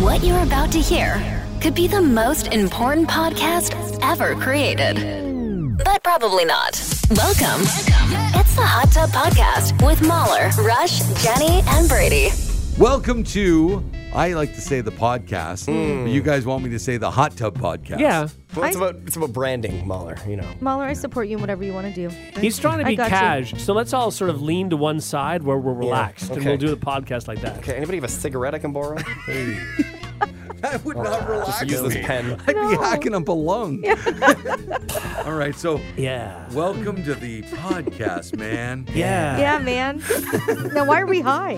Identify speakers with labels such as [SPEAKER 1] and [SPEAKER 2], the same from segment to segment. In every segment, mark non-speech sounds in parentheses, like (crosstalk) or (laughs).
[SPEAKER 1] What you're about to hear could be the most important podcast ever created, but probably not. Welcome. It's the Hot Tub Podcast with Mahler, Rush, Jenny, and Brady.
[SPEAKER 2] Welcome to, I like to say the podcast,
[SPEAKER 3] Hmm.
[SPEAKER 2] but you guys want me to say the hot tub podcast. (laughs)
[SPEAKER 4] Yeah.
[SPEAKER 3] Well, it's
[SPEAKER 5] I-
[SPEAKER 3] about it's about branding, Mahler. You know.
[SPEAKER 5] Mahler, I support you in whatever you want to do.
[SPEAKER 4] He's trying to
[SPEAKER 5] I
[SPEAKER 4] be
[SPEAKER 5] got you.
[SPEAKER 4] cash, so let's all sort of lean to one side where we're relaxed, and
[SPEAKER 3] okay.
[SPEAKER 4] we'll do the podcast like that.
[SPEAKER 3] Okay. Anybody have a cigarette I can borrow? (laughs) Hey,
[SPEAKER 2] I would not relax.
[SPEAKER 3] Just use this pen.
[SPEAKER 2] (laughs) I'd be hacking up alone. (laughs) All right, so
[SPEAKER 4] Yeah.
[SPEAKER 2] welcome to the podcast, man.
[SPEAKER 4] Yeah.
[SPEAKER 5] Yeah, man. now, why are
[SPEAKER 3] (laughs)
[SPEAKER 5] we high?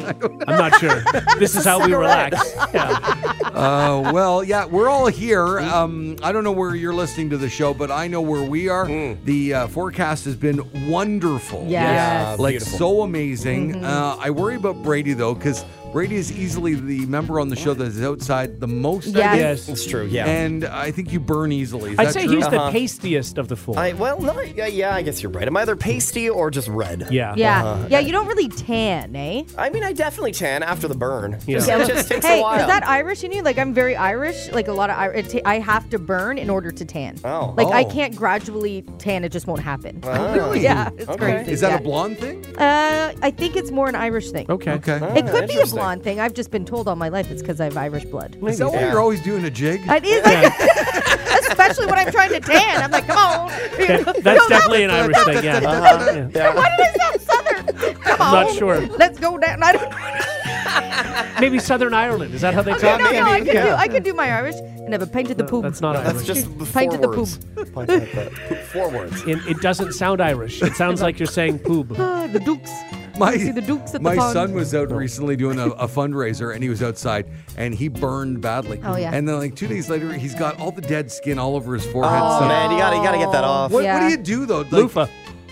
[SPEAKER 4] I'm not sure. This is how we relax. Yeah.
[SPEAKER 2] Uh,
[SPEAKER 5] (laughs)
[SPEAKER 2] well, yeah, we're all here. Um, I don't know where you're listening to the show, but I know where we are. The uh, forecast has been wonderful.
[SPEAKER 3] Yeah.
[SPEAKER 5] Hmm. Yes.
[SPEAKER 2] like
[SPEAKER 3] Beautiful.
[SPEAKER 2] so amazing.
[SPEAKER 4] Mm-hmm.
[SPEAKER 2] Uh, I worry about Brady though, because Brady is easily the member on the show that is outside the most. I
[SPEAKER 5] Yeah.
[SPEAKER 2] think.
[SPEAKER 4] Yes.
[SPEAKER 3] It's true. Yeah.
[SPEAKER 2] And I think you burn easily. Is
[SPEAKER 4] I'd
[SPEAKER 2] that
[SPEAKER 4] say
[SPEAKER 2] true?
[SPEAKER 4] he's the
[SPEAKER 3] Uh-huh.
[SPEAKER 4] pastiest of the four.
[SPEAKER 3] I well no yeah, yeah I guess you're right. I'm either pasty or just red.
[SPEAKER 4] yeah.
[SPEAKER 5] Yeah.
[SPEAKER 3] Uh,
[SPEAKER 5] yeah, you don't really tan, eh?
[SPEAKER 3] I mean I definitely tan after the burn.
[SPEAKER 4] Yeah.
[SPEAKER 3] Just- it just takes
[SPEAKER 5] hey,
[SPEAKER 3] a while.
[SPEAKER 5] is that Irish in you? Like, I'm very Irish. Like, a lot of Irish. T- I have to burn in order to tan.
[SPEAKER 3] Oh.
[SPEAKER 5] Like, I
[SPEAKER 2] Oh.
[SPEAKER 5] can't gradually tan. It just won't happen.
[SPEAKER 4] (laughs)
[SPEAKER 3] Ah.
[SPEAKER 5] Uh-huh. yeah, it's
[SPEAKER 3] Okay.
[SPEAKER 5] crazy.
[SPEAKER 2] Is that a
[SPEAKER 5] yeah.
[SPEAKER 2] blonde thing?
[SPEAKER 5] Uh, I think it's more an Irish thing.
[SPEAKER 4] Okay.
[SPEAKER 2] Okay.
[SPEAKER 5] It could be a
[SPEAKER 3] interesting.
[SPEAKER 5] blonde thing. I've just been told all my life it's because I have Irish
[SPEAKER 4] (laughs)
[SPEAKER 5] blood.
[SPEAKER 2] Is that why
[SPEAKER 3] Yeah.
[SPEAKER 2] you're always doing a jig?
[SPEAKER 5] It is, (laughs) especially when I'm trying to tan. I'm like, come on. (laughs)
[SPEAKER 4] That- That's definitely an Irish thing. Yeah. Uh-huh. Yeah.
[SPEAKER 3] yeah.
[SPEAKER 5] Why did I sound southern? Come on.
[SPEAKER 4] not sure.
[SPEAKER 5] Let's go down. I don't,
[SPEAKER 4] Maybe Southern Ireland. Is that how they talk?
[SPEAKER 5] no, no, I could do.
[SPEAKER 3] yeah.
[SPEAKER 5] I could do my Irish and have a painted the poop.
[SPEAKER 4] That's not
[SPEAKER 3] That's
[SPEAKER 5] (laughs)
[SPEAKER 4] Irish.
[SPEAKER 3] just
[SPEAKER 5] Painted the
[SPEAKER 3] forwards. (laughs) Forwards.
[SPEAKER 4] It, it doesn't sound Irish. It sounds like you're saying "poob."
[SPEAKER 5] (laughs) Ah, the Dukes.
[SPEAKER 2] My,
[SPEAKER 5] see the Dukes at the
[SPEAKER 2] my
[SPEAKER 5] pond.
[SPEAKER 2] son was out recently doing a, a fundraiser and he was outside and he burned badly.
[SPEAKER 5] Oh, yeah.
[SPEAKER 2] And then like two days later, he's got all the dead skin all over his forehead.
[SPEAKER 3] Oh
[SPEAKER 2] so-
[SPEAKER 3] man, you gotta you gotta get that off.
[SPEAKER 2] What, what
[SPEAKER 5] Yeah.
[SPEAKER 2] do you do though? Like,
[SPEAKER 4] Loofah.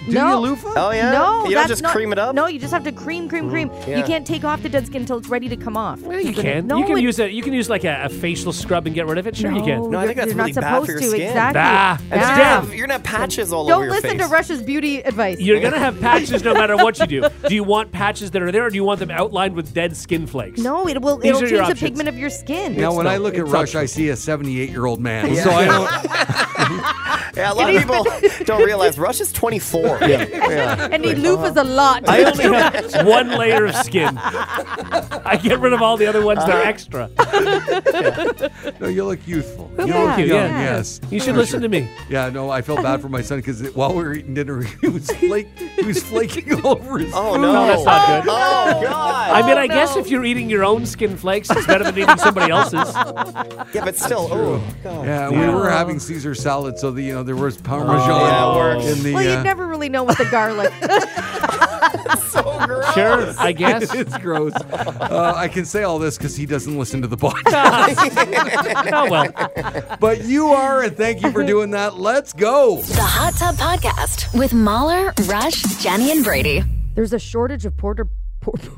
[SPEAKER 2] Do
[SPEAKER 5] No.
[SPEAKER 2] you loofah?
[SPEAKER 3] Oh yeah.
[SPEAKER 5] No,
[SPEAKER 3] You don't
[SPEAKER 5] that's
[SPEAKER 3] just
[SPEAKER 5] not-
[SPEAKER 3] cream it up. Mm,
[SPEAKER 5] No, you just have to cream, cream, cream.
[SPEAKER 3] yeah.
[SPEAKER 5] You can't take off the dead skin until it's ready to come off.
[SPEAKER 4] Yeah, you can.
[SPEAKER 5] No,
[SPEAKER 4] you can
[SPEAKER 5] it-
[SPEAKER 4] use a you can use like a, a facial scrub and get rid of it. Sure, you can.
[SPEAKER 3] No, I
[SPEAKER 5] you're-
[SPEAKER 3] think that's
[SPEAKER 5] you're
[SPEAKER 3] really
[SPEAKER 5] not
[SPEAKER 3] bad for
[SPEAKER 5] supposed
[SPEAKER 3] your
[SPEAKER 5] to.
[SPEAKER 3] skin.
[SPEAKER 5] Exactly.
[SPEAKER 4] Bah. It's
[SPEAKER 3] And
[SPEAKER 5] Yeah.
[SPEAKER 3] You're, gonna have, you're gonna have patches all over
[SPEAKER 5] Don't
[SPEAKER 3] your
[SPEAKER 5] listen
[SPEAKER 3] face.
[SPEAKER 5] to Russia's beauty advice.
[SPEAKER 4] You're gonna have patches no matter what you do. Do you want patches that are there, or do you want them outlined with dead skin flakes?
[SPEAKER 5] no, it will.
[SPEAKER 4] These
[SPEAKER 5] it'll
[SPEAKER 4] are your
[SPEAKER 5] change the
[SPEAKER 4] options.
[SPEAKER 5] pigment of your skin.
[SPEAKER 2] Now, when I
[SPEAKER 4] not-
[SPEAKER 2] look at
[SPEAKER 4] it's
[SPEAKER 2] Rush,
[SPEAKER 4] optional.
[SPEAKER 2] I see a 78 year old man. So I don't.
[SPEAKER 3] Yeah, a lot of people don't realize Rush is 24. (laughs) Yeah.
[SPEAKER 5] and he loofahs a lot. (laughs)
[SPEAKER 4] I (laughs) only have one layer of skin. I get rid of all the other ones that are extra.
[SPEAKER 2] No, you look youthful. You
[SPEAKER 5] Yeah.
[SPEAKER 2] look young,
[SPEAKER 4] Thank you, yeah.
[SPEAKER 2] yes.
[SPEAKER 4] You should listen to me.
[SPEAKER 2] Yeah, no, I felt bad for my son because while we were eating dinner, (laughs) he was, flake, he was flaking all over his
[SPEAKER 3] Oh
[SPEAKER 2] food.
[SPEAKER 3] no.
[SPEAKER 4] No, that's not good.
[SPEAKER 3] Oh god.
[SPEAKER 4] I mean, I
[SPEAKER 5] no.
[SPEAKER 4] guess if you're eating your own skin flakes, it's better than eating somebody else's.
[SPEAKER 3] yeah, but still. Oh god.
[SPEAKER 2] Yeah, we were having Caesar salad, so the, you know there was parmesan
[SPEAKER 3] Yeah, it works.
[SPEAKER 2] in the.
[SPEAKER 5] well,
[SPEAKER 2] uh,
[SPEAKER 5] you never really know with the
[SPEAKER 3] (laughs)
[SPEAKER 5] garlic.
[SPEAKER 3] So gross.
[SPEAKER 4] Sure, I guess.
[SPEAKER 2] (laughs) it's gross. Uh, I can say all this because he doesn't listen to the (laughs) podcast.
[SPEAKER 3] (laughs)
[SPEAKER 4] Oh well.
[SPEAKER 2] but you are, and thank you for doing that. Let's go.
[SPEAKER 1] The Hot Tub Podcast with Mahler, Rush, Jenny, and Brady.
[SPEAKER 5] There's a shortage of porter. (laughs) porter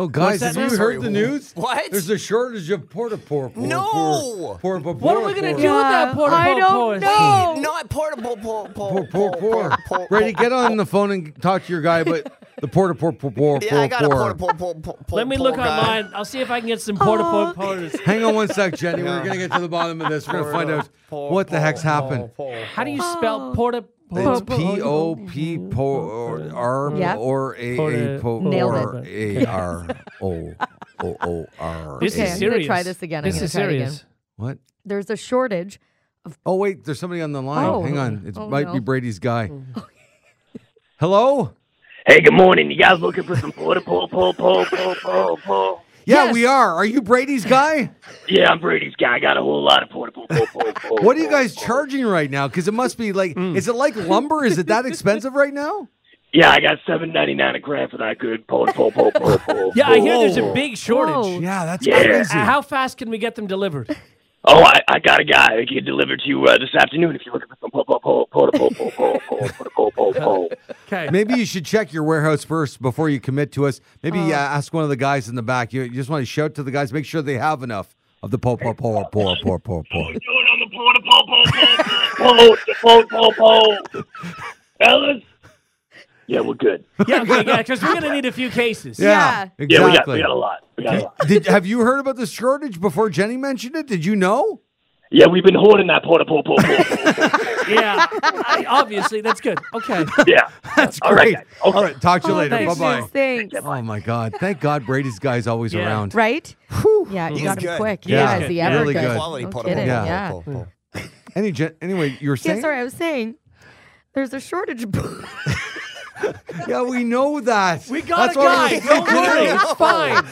[SPEAKER 2] Oh, guys,
[SPEAKER 4] that
[SPEAKER 2] have you
[SPEAKER 4] now?
[SPEAKER 2] heard the news?
[SPEAKER 3] What?
[SPEAKER 2] There's a shortage of porta por. por-
[SPEAKER 3] No!
[SPEAKER 2] por- por-
[SPEAKER 4] What are we gonna
[SPEAKER 2] por-
[SPEAKER 4] do with that porta
[SPEAKER 5] I
[SPEAKER 4] potty?
[SPEAKER 5] don't know.
[SPEAKER 4] Oh.
[SPEAKER 3] Not portable. Por, por,
[SPEAKER 2] Por, por, por. Brady, get on the phone and talk to your guy, but the porta por, por, por,
[SPEAKER 3] Yeah, I got a
[SPEAKER 2] por.
[SPEAKER 3] portable. Por, por, por,
[SPEAKER 4] Let me
[SPEAKER 3] por
[SPEAKER 4] look
[SPEAKER 3] guy.
[SPEAKER 4] online. I'll see if I can get some porta potty porters.
[SPEAKER 2] Hang on one sec, Jenny. We're going to get to the bottom of this. We're going to find out
[SPEAKER 3] Por,
[SPEAKER 2] what the
[SPEAKER 3] por,
[SPEAKER 2] heck's
[SPEAKER 3] por,
[SPEAKER 2] happened.
[SPEAKER 3] por,
[SPEAKER 4] How do you spell porta?
[SPEAKER 2] It's
[SPEAKER 4] porta
[SPEAKER 2] P O P po or R
[SPEAKER 5] Yeah.
[SPEAKER 2] or A A
[SPEAKER 4] Porta-
[SPEAKER 2] po
[SPEAKER 5] Nailed it.
[SPEAKER 2] or A (laughs) R O O O R.
[SPEAKER 4] This
[SPEAKER 2] A.
[SPEAKER 5] Okay,
[SPEAKER 4] is
[SPEAKER 5] I'm gonna
[SPEAKER 4] serious.
[SPEAKER 5] try this again. I'm
[SPEAKER 4] This
[SPEAKER 5] gonna
[SPEAKER 4] is
[SPEAKER 5] try it again.
[SPEAKER 4] serious.
[SPEAKER 2] What?
[SPEAKER 5] There's a shortage.
[SPEAKER 2] Oh wait, there's somebody on the line.
[SPEAKER 5] Oh.
[SPEAKER 2] Hang on, it
[SPEAKER 5] Oh,
[SPEAKER 2] might be
[SPEAKER 5] no.
[SPEAKER 2] Brady's guy. (laughs) Hello?
[SPEAKER 6] Hey, good morning. You guys looking for some porta pull, pull, pull, pull, pull, pull?
[SPEAKER 2] Yeah,
[SPEAKER 5] Yes.
[SPEAKER 2] we are. Are you Brady's guy?
[SPEAKER 6] Yeah, I'm Brady's guy. I got a whole lot of porta pull, pull, pull, pull.
[SPEAKER 2] What are you guys charging right now? Because it must be like, is it like lumber? Is it that expensive right now?
[SPEAKER 6] Yeah, I got seven ninety nine a gram for that good porta pull, pull, pull, pull.
[SPEAKER 4] Yeah, I hear there's a
[SPEAKER 6] pull.
[SPEAKER 4] big shortage.
[SPEAKER 2] (laughs)
[SPEAKER 5] Whoa.
[SPEAKER 2] Yeah, that's
[SPEAKER 6] Yeah.
[SPEAKER 2] crazy.
[SPEAKER 4] How fast can we get them delivered?
[SPEAKER 6] Oh, I, I got a guy that can deliver to you uh, this afternoon if you're looking for some pull, pull, pull, porta pull, pull, pull, pull, porta pull,
[SPEAKER 4] (laughs)
[SPEAKER 6] pull, pull.
[SPEAKER 4] Okay.
[SPEAKER 2] Maybe you should check your warehouse first before you commit to us. Maybe uh, ask one of the guys in the back. You, you just want to shout to the guys, make sure they have enough of the po po po po po po
[SPEAKER 6] (laughs)
[SPEAKER 2] po.
[SPEAKER 6] Doing on the porta pull, pull, pull, pull, pull, pull, pull, pull. Ellis, Yeah, we're good.
[SPEAKER 4] Yeah, okay, yeah, because we're gonna need a few cases.
[SPEAKER 5] Yeah.
[SPEAKER 6] Yeah, we got
[SPEAKER 2] exactly.
[SPEAKER 6] we got a lot. We got a lot.
[SPEAKER 2] Did, have you heard about the shortage before Jenny mentioned it? Did you know?
[SPEAKER 6] Yeah, we've been hoarding that porta po po
[SPEAKER 4] (laughs)
[SPEAKER 6] po.
[SPEAKER 4] yeah. I- obviously, that's good. Okay.
[SPEAKER 6] Yeah.
[SPEAKER 2] That's
[SPEAKER 6] All right, guys. Okay.
[SPEAKER 2] All right, talk to you
[SPEAKER 5] Oh,
[SPEAKER 2] later. Bye
[SPEAKER 5] thanks,
[SPEAKER 2] bye.
[SPEAKER 5] Jules, Thanks.
[SPEAKER 2] Oh my God! Thank God Brady's guy's always
[SPEAKER 4] Yeah.
[SPEAKER 2] around.
[SPEAKER 5] (laughs) Right? Yeah, you
[SPEAKER 3] He's
[SPEAKER 5] got him
[SPEAKER 3] good.
[SPEAKER 5] quick.
[SPEAKER 2] Yeah.
[SPEAKER 5] Yeah, is he
[SPEAKER 4] Yeah,
[SPEAKER 5] ever
[SPEAKER 2] really
[SPEAKER 5] good?
[SPEAKER 2] good.
[SPEAKER 3] Quality
[SPEAKER 5] No
[SPEAKER 3] pull,
[SPEAKER 5] kidding,
[SPEAKER 2] pull,
[SPEAKER 5] yeah.
[SPEAKER 2] (laughs)
[SPEAKER 3] pull, pull, pull.
[SPEAKER 2] Any gen- anyway, you were saying?
[SPEAKER 5] Yeah, sorry, I was saying there's a shortage. of-
[SPEAKER 2] Yeah, we know that.
[SPEAKER 4] We got
[SPEAKER 2] That's
[SPEAKER 4] a
[SPEAKER 2] why
[SPEAKER 4] guy.
[SPEAKER 2] we're-
[SPEAKER 4] Don't worry. It's fine.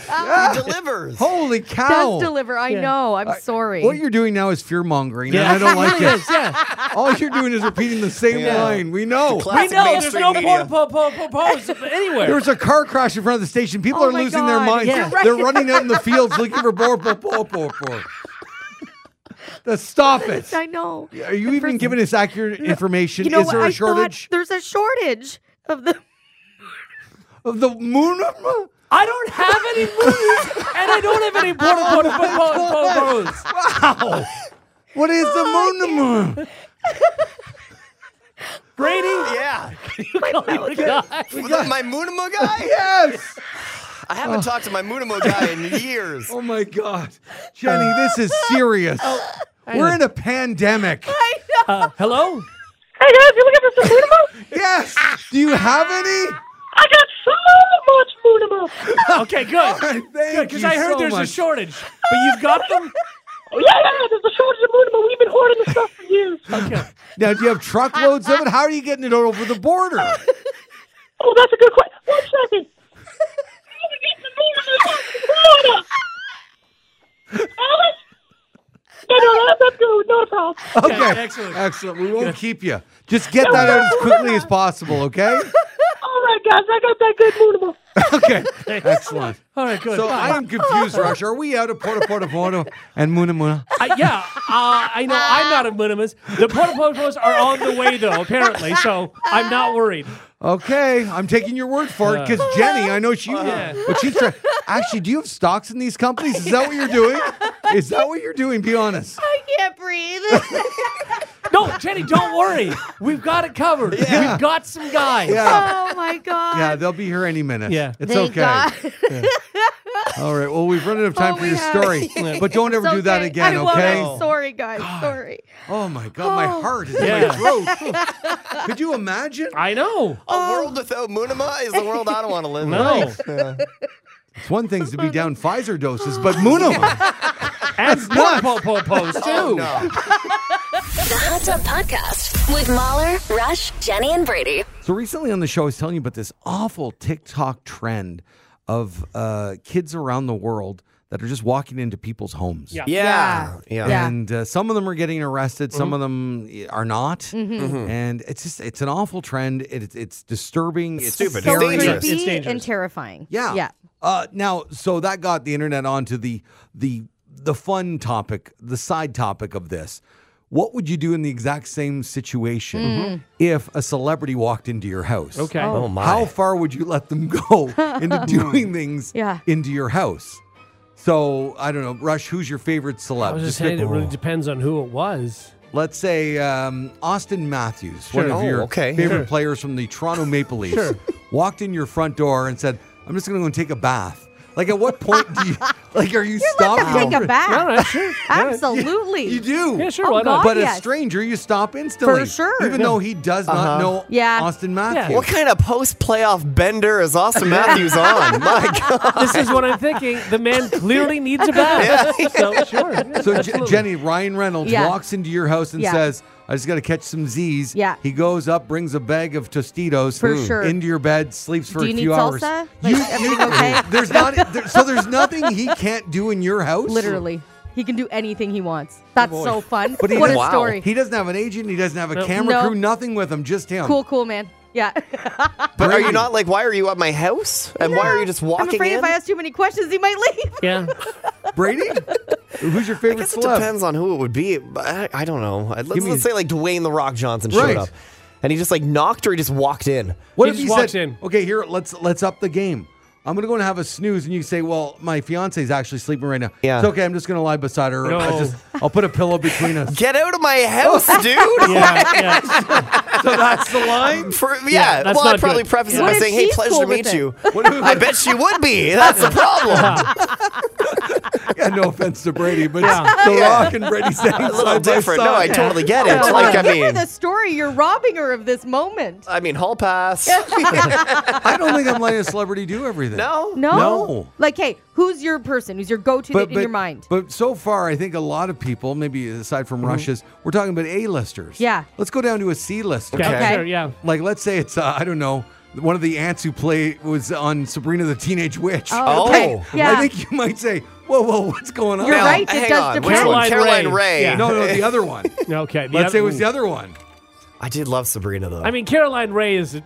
[SPEAKER 3] He delivers.
[SPEAKER 2] Holy cow!
[SPEAKER 5] Does deliver. I know. I'm sorry.
[SPEAKER 2] What you're doing now is fear mongering,
[SPEAKER 4] Yeah.
[SPEAKER 2] and I don't like it.
[SPEAKER 4] yeah.
[SPEAKER 2] All you're doing is repeating the same
[SPEAKER 3] Yeah.
[SPEAKER 2] line. We know.
[SPEAKER 4] I
[SPEAKER 3] Classic
[SPEAKER 4] know. There's
[SPEAKER 3] mainstream
[SPEAKER 4] no
[SPEAKER 3] media.
[SPEAKER 4] porta po po po po's anywhere.
[SPEAKER 2] There was a car crash in front of the station. People
[SPEAKER 5] Oh
[SPEAKER 2] are
[SPEAKER 5] my
[SPEAKER 2] losing their
[SPEAKER 5] God.
[SPEAKER 2] minds.
[SPEAKER 5] Yeah. You're right.
[SPEAKER 2] They're running out in the fields looking for more, more, more, more, more. The- stop it.
[SPEAKER 5] I know.
[SPEAKER 2] Are you even giving us accurate information?
[SPEAKER 5] You know
[SPEAKER 2] Is
[SPEAKER 5] what?
[SPEAKER 2] there
[SPEAKER 5] I
[SPEAKER 2] a
[SPEAKER 5] thought
[SPEAKER 2] shortage
[SPEAKER 5] there's a shortage of the. (laughs)
[SPEAKER 2] of the moon?
[SPEAKER 4] I don't have any movies, and I don't have any porta porta po po po po's.
[SPEAKER 2] Wow. What is the
[SPEAKER 5] Oh,
[SPEAKER 2] moon? The moon.
[SPEAKER 4] (laughs) Brady,
[SPEAKER 3] Yeah.
[SPEAKER 4] oh my God.
[SPEAKER 3] Was that my
[SPEAKER 2] (laughs)
[SPEAKER 3] Munamo guy?
[SPEAKER 2] Yes.
[SPEAKER 3] I haven't talked to my Munamo guy in
[SPEAKER 2] (laughs)
[SPEAKER 3] years.
[SPEAKER 2] Oh my God, Jenny, this is serious.
[SPEAKER 5] Oh,
[SPEAKER 2] We're in a pandemic.
[SPEAKER 4] Uh, hello.
[SPEAKER 7] Hey guys, you looking for some Moonamo?
[SPEAKER 2] Yes. Do you have any?
[SPEAKER 7] I got so much Moonamo.
[SPEAKER 4] Okay, (laughs) good.
[SPEAKER 2] Thank
[SPEAKER 4] Because
[SPEAKER 2] you
[SPEAKER 4] I heard
[SPEAKER 2] so
[SPEAKER 4] there's
[SPEAKER 2] much.
[SPEAKER 4] a shortage, but you've got (laughs) them.
[SPEAKER 7] Oh, yeah, yeah, yeah, there's a shortage of Moonamo. We've been hoarding this stuff for years.
[SPEAKER 4] Okay.
[SPEAKER 2] Now, do you have truckloads of it? How are you getting it over the border?
[SPEAKER 7] Oh, that's a good question. One second. How we get the Moonamo back to Florida? Alice? No, no, no, that's good. Not a problem.
[SPEAKER 2] (laughs) Okay,
[SPEAKER 4] excellent.
[SPEAKER 2] excellent. We won't keep you. Just get that out as quickly as possible, (laughs) okay?
[SPEAKER 7] All right, guys, I got that good Moonamo.
[SPEAKER 2] Okay, excellent.
[SPEAKER 4] All right, good.
[SPEAKER 2] So I am confused, Rush. Are we out of Porta Porta Porta and Muna Muna?
[SPEAKER 4] I, yeah, uh, I know. I'm not a minimus. The porta po po's are on the way though, apparently. So I'm not worried.
[SPEAKER 2] Okay, I'm taking your word for it because Jenny, I know she,
[SPEAKER 4] Yeah.
[SPEAKER 2] but she's trying. Actually, do you have stocks in these companies? Is that what you're (laughs) doing? Is that what you're doing? Be honest.
[SPEAKER 5] I
[SPEAKER 2] (laughs)
[SPEAKER 5] can't breathe.
[SPEAKER 4] No, Jenny, don't worry. We've got it covered. We've got some guys.
[SPEAKER 2] Yeah,
[SPEAKER 5] oh my god.
[SPEAKER 2] yeah, they'll be here any minute.
[SPEAKER 4] Yeah.
[SPEAKER 2] it's
[SPEAKER 5] Thank
[SPEAKER 2] okay. (laughs)
[SPEAKER 5] God.
[SPEAKER 2] All right. Well, we've run out of time
[SPEAKER 5] Oh,
[SPEAKER 2] for
[SPEAKER 5] we
[SPEAKER 2] your
[SPEAKER 5] have.
[SPEAKER 2] story, but don't ever
[SPEAKER 5] It's
[SPEAKER 2] do that
[SPEAKER 5] okay.
[SPEAKER 2] again,
[SPEAKER 5] I won't.
[SPEAKER 2] okay?
[SPEAKER 5] I'm sorry, guys. Sorry.
[SPEAKER 2] Oh my God, my heart is in
[SPEAKER 4] Yeah.
[SPEAKER 2] my throat. (laughs) Could you imagine?
[SPEAKER 4] I know.
[SPEAKER 2] Oh,
[SPEAKER 3] A world without Munama is the world I don't want to live
[SPEAKER 2] (laughs)
[SPEAKER 4] No.
[SPEAKER 3] in. No.
[SPEAKER 2] (laughs) It's one thing's to be down Pfizer doses, (laughs) but Moonum.
[SPEAKER 4] And porta po po po's
[SPEAKER 2] (laughs) Oh,
[SPEAKER 4] too.
[SPEAKER 3] no.
[SPEAKER 1] The Hot Tub Podcast with Mahler, Rush, Jenny, and Brady.
[SPEAKER 2] So recently on the show, I was telling you about this awful TikTok trend of uh, kids around the world that are just walking into people's homes.
[SPEAKER 4] Yeah.
[SPEAKER 3] Yeah.
[SPEAKER 5] Yeah. Mm-hmm.
[SPEAKER 2] And uh, some of them are getting arrested, some of them eh, are not,
[SPEAKER 4] Mm-hmm.
[SPEAKER 2] and it's just it's an awful trend. It, it's, it's disturbing. It's,
[SPEAKER 3] stupid.
[SPEAKER 5] So
[SPEAKER 3] It's
[SPEAKER 2] scary.
[SPEAKER 3] dangerous.
[SPEAKER 5] creepy
[SPEAKER 4] It's dangerous.
[SPEAKER 5] and terrifying.
[SPEAKER 2] (laughs) Yeah.
[SPEAKER 5] Yeah.
[SPEAKER 2] Uh, now, so that got the internet onto the the the fun topic, the side topic of this. What would you do in the exact same situation
[SPEAKER 5] Mm-hmm.
[SPEAKER 2] if a celebrity walked into your house?
[SPEAKER 4] Okay.
[SPEAKER 3] Oh my.
[SPEAKER 2] How far would you let them
[SPEAKER 5] (laughs)
[SPEAKER 2] go into doing things
[SPEAKER 5] Yeah.
[SPEAKER 2] into your house? So I don't know, Rush. Who's your favorite celeb?
[SPEAKER 4] I was just
[SPEAKER 2] pick-
[SPEAKER 4] saying it really depends on who it was.
[SPEAKER 2] Let's say um, Austin Matthews, one
[SPEAKER 3] Sure.
[SPEAKER 2] of
[SPEAKER 3] Oh,
[SPEAKER 2] your
[SPEAKER 3] okay.
[SPEAKER 2] favorite
[SPEAKER 3] Sure.
[SPEAKER 2] players from the Toronto Maple Leafs, walked in your front door and said, "I'm just going to go and take a bath." Like, at what point do you like? Are you,
[SPEAKER 5] Let
[SPEAKER 2] stopping?
[SPEAKER 5] them take a bath.
[SPEAKER 4] All right, sure.
[SPEAKER 5] Absolutely.
[SPEAKER 2] You do.
[SPEAKER 4] Yeah, sure.
[SPEAKER 5] Oh,
[SPEAKER 4] why not?
[SPEAKER 5] God.
[SPEAKER 2] But a
[SPEAKER 5] yes.
[SPEAKER 2] stranger, you stop instantly.
[SPEAKER 5] For sure.
[SPEAKER 2] Even though he does not know
[SPEAKER 5] Yeah.
[SPEAKER 2] Austin Matthews.
[SPEAKER 3] What kind of post playoff bender is Austin Matthews
[SPEAKER 2] (laughs)
[SPEAKER 3] on? My God.
[SPEAKER 4] This is what I'm thinking. The man clearly needs a bath.
[SPEAKER 2] (laughs)
[SPEAKER 4] So sure. Yeah,
[SPEAKER 2] So Je-
[SPEAKER 4] absolutely.
[SPEAKER 2] Jenny Ryan Reynolds
[SPEAKER 5] Yeah.
[SPEAKER 2] walks into your house and
[SPEAKER 5] Yeah.
[SPEAKER 2] says, "I just got to catch some Z's."
[SPEAKER 5] Yeah.
[SPEAKER 2] He goes up, brings a bag of Tostitos
[SPEAKER 5] For sure.
[SPEAKER 2] into your bed, sleeps for
[SPEAKER 5] Do
[SPEAKER 2] a
[SPEAKER 5] you
[SPEAKER 2] few
[SPEAKER 5] need
[SPEAKER 2] hours.
[SPEAKER 5] salsa? Like, everything okay?
[SPEAKER 2] There's not there, so there's nothing he can't do in your house.
[SPEAKER 5] (laughs) Literally. He can do anything he wants. That's so fun.
[SPEAKER 2] Oh, But he
[SPEAKER 5] what a
[SPEAKER 2] doesn't-
[SPEAKER 5] story.
[SPEAKER 2] He doesn't have an agent. He doesn't have a camera
[SPEAKER 5] No.
[SPEAKER 2] crew. Nothing with him. Just him.
[SPEAKER 5] cool, cool, man. Yeah.
[SPEAKER 3] But are
[SPEAKER 2] Brady.
[SPEAKER 3] you not like, why are you at my house? And why are you just
[SPEAKER 5] (laughs) I'm
[SPEAKER 3] walking
[SPEAKER 5] afraid
[SPEAKER 3] in?
[SPEAKER 5] if I ask too many questions, he might
[SPEAKER 2] (laughs)
[SPEAKER 5] leave.
[SPEAKER 4] Yeah.
[SPEAKER 2] Brady, who's your
[SPEAKER 3] I
[SPEAKER 2] favorite
[SPEAKER 3] guess it
[SPEAKER 2] celeb?
[SPEAKER 3] depends on who it would be. but I, I don't know. Let's,
[SPEAKER 2] Give me-
[SPEAKER 3] let's say like Dwayne the Rock Johnson
[SPEAKER 2] Right.
[SPEAKER 3] showed up, and he just like knocked or he just walked in.
[SPEAKER 2] What
[SPEAKER 4] He
[SPEAKER 2] if
[SPEAKER 4] just
[SPEAKER 2] he
[SPEAKER 4] walks
[SPEAKER 2] said,
[SPEAKER 4] in.
[SPEAKER 2] "Okay, here, let's let's up the game. I'm gonna go and have a snooze, and you say, "Well, my fiance's actually sleeping right now."
[SPEAKER 3] Yeah.
[SPEAKER 2] It's okay. I'm just gonna lie beside her.
[SPEAKER 4] No.
[SPEAKER 2] I just, I'll put a pillow between us.
[SPEAKER 3] (laughs) Get out of my house, dude.
[SPEAKER 4] yeah, yeah.
[SPEAKER 2] so that's the line.
[SPEAKER 3] For, yeah,
[SPEAKER 4] that's
[SPEAKER 3] well,
[SPEAKER 4] not
[SPEAKER 3] I'd probably
[SPEAKER 4] good.
[SPEAKER 3] preface it
[SPEAKER 5] What
[SPEAKER 3] by
[SPEAKER 5] if
[SPEAKER 3] saying, "Hey,
[SPEAKER 5] she's
[SPEAKER 3] pleasure
[SPEAKER 5] cool
[SPEAKER 3] to
[SPEAKER 5] with
[SPEAKER 3] meet
[SPEAKER 5] it?
[SPEAKER 3] you."
[SPEAKER 2] What do we-
[SPEAKER 3] I bet she would be. That's the problem.
[SPEAKER 2] yeah, no offense to Brady, but The Rock and Brady saying
[SPEAKER 3] a little different. No, I totally get it.
[SPEAKER 5] (laughs) Come
[SPEAKER 3] Like,
[SPEAKER 5] on,
[SPEAKER 3] I
[SPEAKER 5] give her
[SPEAKER 3] mean,
[SPEAKER 5] the story. You're robbing her of this moment.
[SPEAKER 3] I mean, hall pass.
[SPEAKER 2] I don't think I'm letting a celebrity do everything.
[SPEAKER 3] no,
[SPEAKER 5] No?
[SPEAKER 2] No.
[SPEAKER 5] Like, hey, who's your person? Who's your go-to that in your mind?
[SPEAKER 2] But so far, I think a lot of people, maybe aside from Russia's, we're talking about A-listers.
[SPEAKER 5] Yeah.
[SPEAKER 2] Let's go down to a C-lister.
[SPEAKER 4] Okay,
[SPEAKER 5] Okay.
[SPEAKER 4] Sure, yeah.
[SPEAKER 2] Like, let's say it's, uh, I don't know, one of the ants who play was on Sabrina the Teenage Witch.
[SPEAKER 5] Oh,
[SPEAKER 3] okay.
[SPEAKER 5] Oh. Yeah.
[SPEAKER 2] I think you might say, whoa, whoa, what's going on?
[SPEAKER 5] You're
[SPEAKER 3] Now,
[SPEAKER 5] right, it
[SPEAKER 3] Hang
[SPEAKER 5] does
[SPEAKER 3] on.
[SPEAKER 5] depend.
[SPEAKER 3] Which one?
[SPEAKER 4] Caroline
[SPEAKER 3] Caroline
[SPEAKER 4] Ray.
[SPEAKER 3] Ray.
[SPEAKER 4] Yeah.
[SPEAKER 2] No, no, the other
[SPEAKER 5] (laughs)
[SPEAKER 2] one.
[SPEAKER 4] Okay. the
[SPEAKER 2] Let's say it
[SPEAKER 4] oth-
[SPEAKER 2] was the other one.
[SPEAKER 3] I did love Sabrina though.
[SPEAKER 4] I mean, Caroline Ray is a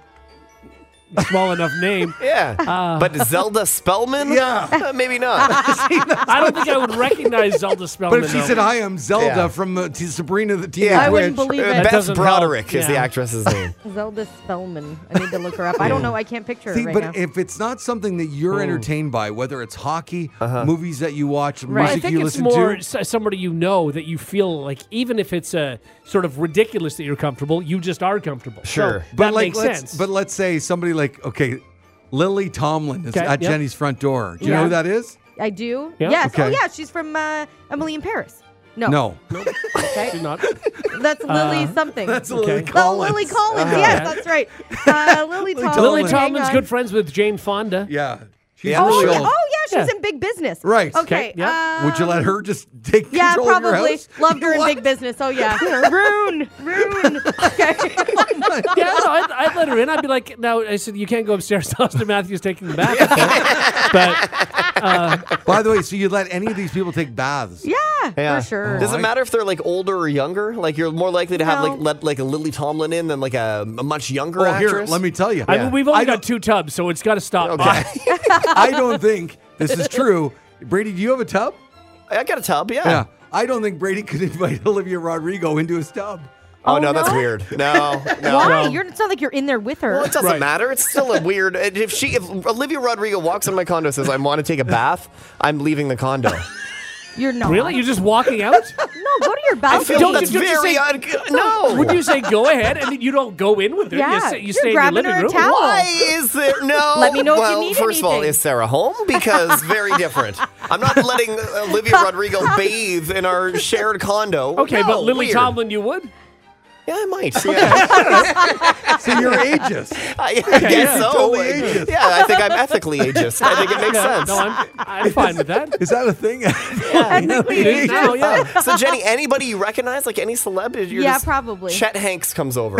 [SPEAKER 4] small enough
[SPEAKER 2] (laughs)
[SPEAKER 4] name. (laughs)
[SPEAKER 3] yeah, but Zelda Spellman?
[SPEAKER 2] Yeah.
[SPEAKER 3] Uh, maybe not.
[SPEAKER 4] Oh. I don't think I would recognize Zelda Spellman.
[SPEAKER 2] But if she
[SPEAKER 4] though.
[SPEAKER 2] said, "Hi, I'm Zelda
[SPEAKER 3] Yeah.
[SPEAKER 2] from uh, T- Sabrina the Teenage
[SPEAKER 3] Yeah.
[SPEAKER 5] I
[SPEAKER 2] Witch,"
[SPEAKER 5] wouldn't believe
[SPEAKER 3] Uh,
[SPEAKER 5] it.
[SPEAKER 3] Beth
[SPEAKER 4] doesn't help.
[SPEAKER 3] Broderick is the
[SPEAKER 4] Yeah.
[SPEAKER 3] actress's name.
[SPEAKER 5] Zelda Spellman. I need to look her up.
[SPEAKER 2] (laughs)
[SPEAKER 5] I don't know. I can't picture
[SPEAKER 2] See,
[SPEAKER 5] her right
[SPEAKER 2] but
[SPEAKER 5] now.
[SPEAKER 2] if it's not something that you're entertained by, whether it's hockey, movies that you watch,
[SPEAKER 5] Right.
[SPEAKER 4] I
[SPEAKER 2] music
[SPEAKER 4] think
[SPEAKER 2] you
[SPEAKER 4] it's
[SPEAKER 2] listen
[SPEAKER 4] more
[SPEAKER 2] to,
[SPEAKER 4] s- somebody you know that you feel like, even if it's uh, sort of ridiculous that you're comfortable, you just are comfortable.
[SPEAKER 3] Sure.
[SPEAKER 4] so
[SPEAKER 2] but
[SPEAKER 4] that
[SPEAKER 2] like,
[SPEAKER 4] makes
[SPEAKER 2] let's,
[SPEAKER 4] sense.
[SPEAKER 2] But let's say somebody like, okay, Lily Tomlin is
[SPEAKER 4] Okay,
[SPEAKER 2] at
[SPEAKER 4] yep.
[SPEAKER 2] Jenny's front door. Do you
[SPEAKER 5] Yeah.
[SPEAKER 2] know who that is?
[SPEAKER 5] I do.
[SPEAKER 4] Yeah?
[SPEAKER 5] Yes. Oh
[SPEAKER 2] Okay.
[SPEAKER 5] yeah, she's from uh, Emily in Paris.
[SPEAKER 4] (laughs)
[SPEAKER 5] No.
[SPEAKER 2] No,
[SPEAKER 4] Do
[SPEAKER 5] Okay.
[SPEAKER 2] (laughs)
[SPEAKER 4] not.
[SPEAKER 5] That's Lily something.
[SPEAKER 2] that's
[SPEAKER 4] Okay.
[SPEAKER 2] Lily
[SPEAKER 4] The
[SPEAKER 5] Oh,
[SPEAKER 2] Collins.
[SPEAKER 5] Lily Collins. Yes,
[SPEAKER 4] Okay.
[SPEAKER 5] that's right. Uh, Lily Tomlin.
[SPEAKER 4] Lily
[SPEAKER 2] Hang
[SPEAKER 4] Tomlin's
[SPEAKER 5] Hang on.
[SPEAKER 4] good friends with Jane Fonda.
[SPEAKER 2] Yeah, she's
[SPEAKER 3] Yeah.
[SPEAKER 5] Oh
[SPEAKER 2] really
[SPEAKER 5] yeah.
[SPEAKER 2] old.
[SPEAKER 5] oh yeah, she was
[SPEAKER 4] Yeah.
[SPEAKER 5] in Big Business.
[SPEAKER 2] Right.
[SPEAKER 5] Okay. uh,
[SPEAKER 4] Okay, yeah.
[SPEAKER 2] Would you let her just take
[SPEAKER 5] Yeah,
[SPEAKER 2] control of your
[SPEAKER 5] probably.
[SPEAKER 2] house?
[SPEAKER 5] (laughs) Loved her in
[SPEAKER 2] What?
[SPEAKER 5] Big Business. Oh yeah. (laughs) Rune. Rune. Okay.
[SPEAKER 4] Yeah, no, I'd, I'd let her in. I'd be like, no, I said, you can't go upstairs. (laughs) Austin Matthews taking the bath. up there." but
[SPEAKER 2] By the way, so you let any of these people take baths?
[SPEAKER 5] Yeah,
[SPEAKER 3] Yeah.
[SPEAKER 5] For sure.
[SPEAKER 3] Does it
[SPEAKER 2] I-
[SPEAKER 3] matter if they're like older or younger? Like you're more likely to have
[SPEAKER 5] No.
[SPEAKER 3] like let like a Lily Tomlin in than like a, a much younger
[SPEAKER 2] Oh,
[SPEAKER 3] actress.
[SPEAKER 2] here, let me tell you.
[SPEAKER 4] I mean, we've
[SPEAKER 2] I
[SPEAKER 4] only
[SPEAKER 2] don't-
[SPEAKER 4] got two tubs, so it's got to stop.
[SPEAKER 3] Okay.
[SPEAKER 2] (laughs) I don't think this is true. Brady, do you have a tub?
[SPEAKER 3] I got a tub. Yeah.
[SPEAKER 2] Yeah. I don't think Brady could (laughs) invite Olivia Rodrigo into his tub.
[SPEAKER 3] Oh,
[SPEAKER 5] Oh,
[SPEAKER 3] no, that's
[SPEAKER 5] no?
[SPEAKER 3] weird.
[SPEAKER 4] (laughs)
[SPEAKER 3] No, no.
[SPEAKER 5] Why? You're, it's not like you're in there with her.
[SPEAKER 3] Well, it doesn't
[SPEAKER 4] Right.
[SPEAKER 3] matter. It's still a weird. and If she, if Olivia Rodrigo walks in my condo and says I want to take a bath, I'm leaving the condo.
[SPEAKER 5] You're not.
[SPEAKER 4] Really? You're just walking out?
[SPEAKER 5] No, go to your
[SPEAKER 3] I
[SPEAKER 5] balcony.
[SPEAKER 3] feel
[SPEAKER 4] Don't
[SPEAKER 3] that's
[SPEAKER 4] you- don't you
[SPEAKER 3] very
[SPEAKER 4] say-
[SPEAKER 3] un- no.
[SPEAKER 4] Would you say go ahead and then you don't go in with her? You
[SPEAKER 5] Yeah,
[SPEAKER 4] sa- You,
[SPEAKER 5] you're
[SPEAKER 4] stay in your
[SPEAKER 5] grabbing
[SPEAKER 4] living
[SPEAKER 5] her a
[SPEAKER 4] room.
[SPEAKER 5] towel.
[SPEAKER 3] Why is
[SPEAKER 5] (laughs)
[SPEAKER 3] there no?
[SPEAKER 5] Let me know if you
[SPEAKER 3] well,
[SPEAKER 5] need
[SPEAKER 3] first of all,
[SPEAKER 5] anything.
[SPEAKER 3] is Sarah home? Because very different. I'm not letting uh,
[SPEAKER 5] (laughs)
[SPEAKER 3] Olivia Rodrigo bathe in our shared condo.
[SPEAKER 4] Okay,
[SPEAKER 3] No,
[SPEAKER 4] but Lily
[SPEAKER 3] weird.
[SPEAKER 4] Tomlin, you would?
[SPEAKER 3] Yeah, I might. Yeah,
[SPEAKER 4] (laughs)
[SPEAKER 2] So you're ageist.
[SPEAKER 3] I, I guess so.
[SPEAKER 2] totally ageist.
[SPEAKER 3] Yeah, I think I'm ethically ageist. I think it makes
[SPEAKER 4] (laughs)
[SPEAKER 3] sense.
[SPEAKER 4] No, I'm, I'm fine with that.
[SPEAKER 2] Is that a
[SPEAKER 5] (laughs)
[SPEAKER 2] thing? (laughs)
[SPEAKER 4] It is now, yeah.
[SPEAKER 3] Oh, so Jenny, anybody you recognize, like any celeb? You're
[SPEAKER 5] Yeah,
[SPEAKER 3] just-
[SPEAKER 5] probably.
[SPEAKER 3] Chet Hanks comes
[SPEAKER 5] (laughs)
[SPEAKER 3] over.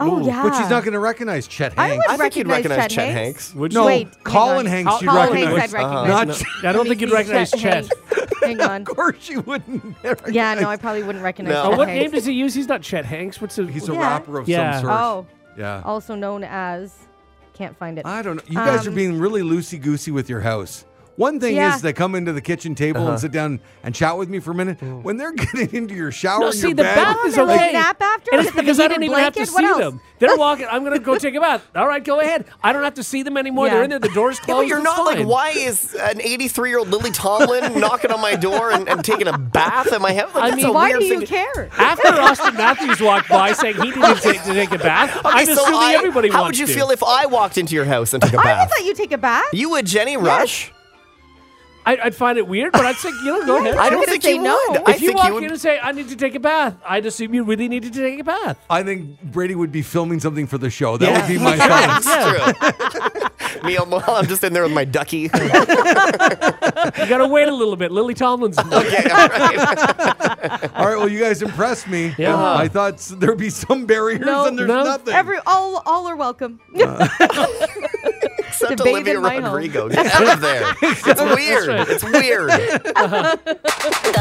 [SPEAKER 5] oh yeah.
[SPEAKER 2] But she's not going to recognize Chet
[SPEAKER 5] I would
[SPEAKER 2] Hanks.
[SPEAKER 3] I think you'd recognize
[SPEAKER 5] recognize
[SPEAKER 3] Chet
[SPEAKER 5] Chet
[SPEAKER 3] Hanks.
[SPEAKER 5] Hanks.
[SPEAKER 4] Would
[SPEAKER 2] No,
[SPEAKER 4] you?
[SPEAKER 5] Wait, hang
[SPEAKER 2] Colin
[SPEAKER 5] on.
[SPEAKER 2] Hanks, you'd
[SPEAKER 5] Colin
[SPEAKER 2] recognize.
[SPEAKER 5] Hanks, I'd recognize.
[SPEAKER 2] Not
[SPEAKER 5] No.
[SPEAKER 2] Chet-
[SPEAKER 4] I don't think you'd recognize
[SPEAKER 5] Chet
[SPEAKER 4] Chet.
[SPEAKER 5] Hanks. Hang on.
[SPEAKER 2] (laughs) Of course, you wouldn't.
[SPEAKER 5] Yeah, no, I probably wouldn't recognize.
[SPEAKER 3] No.
[SPEAKER 5] Chet
[SPEAKER 4] Oh, what
[SPEAKER 5] Hanks.
[SPEAKER 4] name does he use? He's not Chet Hanks. What's his?
[SPEAKER 2] He's a
[SPEAKER 5] Yeah.
[SPEAKER 2] rapper of
[SPEAKER 4] Yeah.
[SPEAKER 2] some sort.
[SPEAKER 5] Oh,
[SPEAKER 2] Yeah.
[SPEAKER 5] also known as. Can't find it.
[SPEAKER 2] I don't know. You guys are
[SPEAKER 5] Um,
[SPEAKER 2] being really loosey goosey with your house. One thing
[SPEAKER 5] Yeah.
[SPEAKER 2] is they come into the kitchen table
[SPEAKER 5] Uh-huh.
[SPEAKER 2] and sit down and chat with me for a minute.
[SPEAKER 5] Mm.
[SPEAKER 2] When they're (laughs) getting into your shower,
[SPEAKER 4] No,
[SPEAKER 2] and
[SPEAKER 4] see,
[SPEAKER 2] your
[SPEAKER 4] the
[SPEAKER 2] bed,
[SPEAKER 4] bath is
[SPEAKER 5] They're
[SPEAKER 4] okay.
[SPEAKER 5] like nap after?
[SPEAKER 4] and it's
[SPEAKER 5] Get the
[SPEAKER 4] because I don't
[SPEAKER 5] heated
[SPEAKER 4] even have to
[SPEAKER 5] blanket? What
[SPEAKER 4] see
[SPEAKER 5] else?
[SPEAKER 4] them.
[SPEAKER 5] (laughs)
[SPEAKER 4] They're walking. I'm going to go take a bath. All right, go ahead. I don't have to see them anymore.
[SPEAKER 5] Yeah.
[SPEAKER 4] They're in there. The door's
[SPEAKER 3] (laughs) Yeah,
[SPEAKER 4] closed.
[SPEAKER 3] but you're
[SPEAKER 4] it's
[SPEAKER 3] not like,
[SPEAKER 4] fine.
[SPEAKER 3] (laughs) why is an 83 year old
[SPEAKER 4] (laughs)
[SPEAKER 3] Lily Tomlin knocking on my door and, and taking a bath at my house? Like,
[SPEAKER 4] I
[SPEAKER 3] that's
[SPEAKER 4] mean,
[SPEAKER 3] a
[SPEAKER 5] Why
[SPEAKER 3] weird
[SPEAKER 5] do
[SPEAKER 3] thing.
[SPEAKER 5] you care?
[SPEAKER 4] After Austin Matthews walked by saying he needed to take, to take a bath,
[SPEAKER 3] (laughs) Okay,
[SPEAKER 4] I'm
[SPEAKER 3] so
[SPEAKER 4] assuming
[SPEAKER 3] I-
[SPEAKER 4] everybody
[SPEAKER 3] How would
[SPEAKER 4] wants
[SPEAKER 3] you
[SPEAKER 4] to.
[SPEAKER 3] feel if I walked into your house and took
[SPEAKER 4] (laughs)
[SPEAKER 3] a
[SPEAKER 5] I would
[SPEAKER 3] bath?
[SPEAKER 5] let you take a bath.
[SPEAKER 3] You would, Jenny Rush.
[SPEAKER 4] I, I'd find it weird, but I'd say, you know, go ahead.
[SPEAKER 3] I don't
[SPEAKER 5] gonna
[SPEAKER 3] think
[SPEAKER 5] say
[SPEAKER 3] you
[SPEAKER 5] no.
[SPEAKER 3] would.
[SPEAKER 5] If
[SPEAKER 3] I
[SPEAKER 4] if you
[SPEAKER 3] think
[SPEAKER 4] walk
[SPEAKER 3] you would.
[SPEAKER 4] in and say, I need to take a (laughs) bath, I'd assume you really needed to take a bath.
[SPEAKER 2] I think Brady would be filming something for the show. That
[SPEAKER 4] Yeah.
[SPEAKER 5] (laughs)
[SPEAKER 2] would be my thought.
[SPEAKER 3] That's true. (laughs) Me, I'm, I'm just in there with my ducky. (laughs)
[SPEAKER 4] You got to wait a little bit. Lily Tomlin's.
[SPEAKER 3] (laughs) Okay, all right.
[SPEAKER 2] All right, well, you guys impressed me.
[SPEAKER 4] Yeah.
[SPEAKER 2] I thought s- there'd be some barriers,
[SPEAKER 5] No,
[SPEAKER 2] and there's
[SPEAKER 4] no.
[SPEAKER 2] nothing.
[SPEAKER 5] Every all all are welcome.
[SPEAKER 3] Except
[SPEAKER 5] To bathe
[SPEAKER 3] Olivia
[SPEAKER 5] in my home.
[SPEAKER 3] Rodrigo. Get out
[SPEAKER 4] (laughs)
[SPEAKER 3] of there. It's weird.
[SPEAKER 4] right.
[SPEAKER 3] It's weird.
[SPEAKER 1] The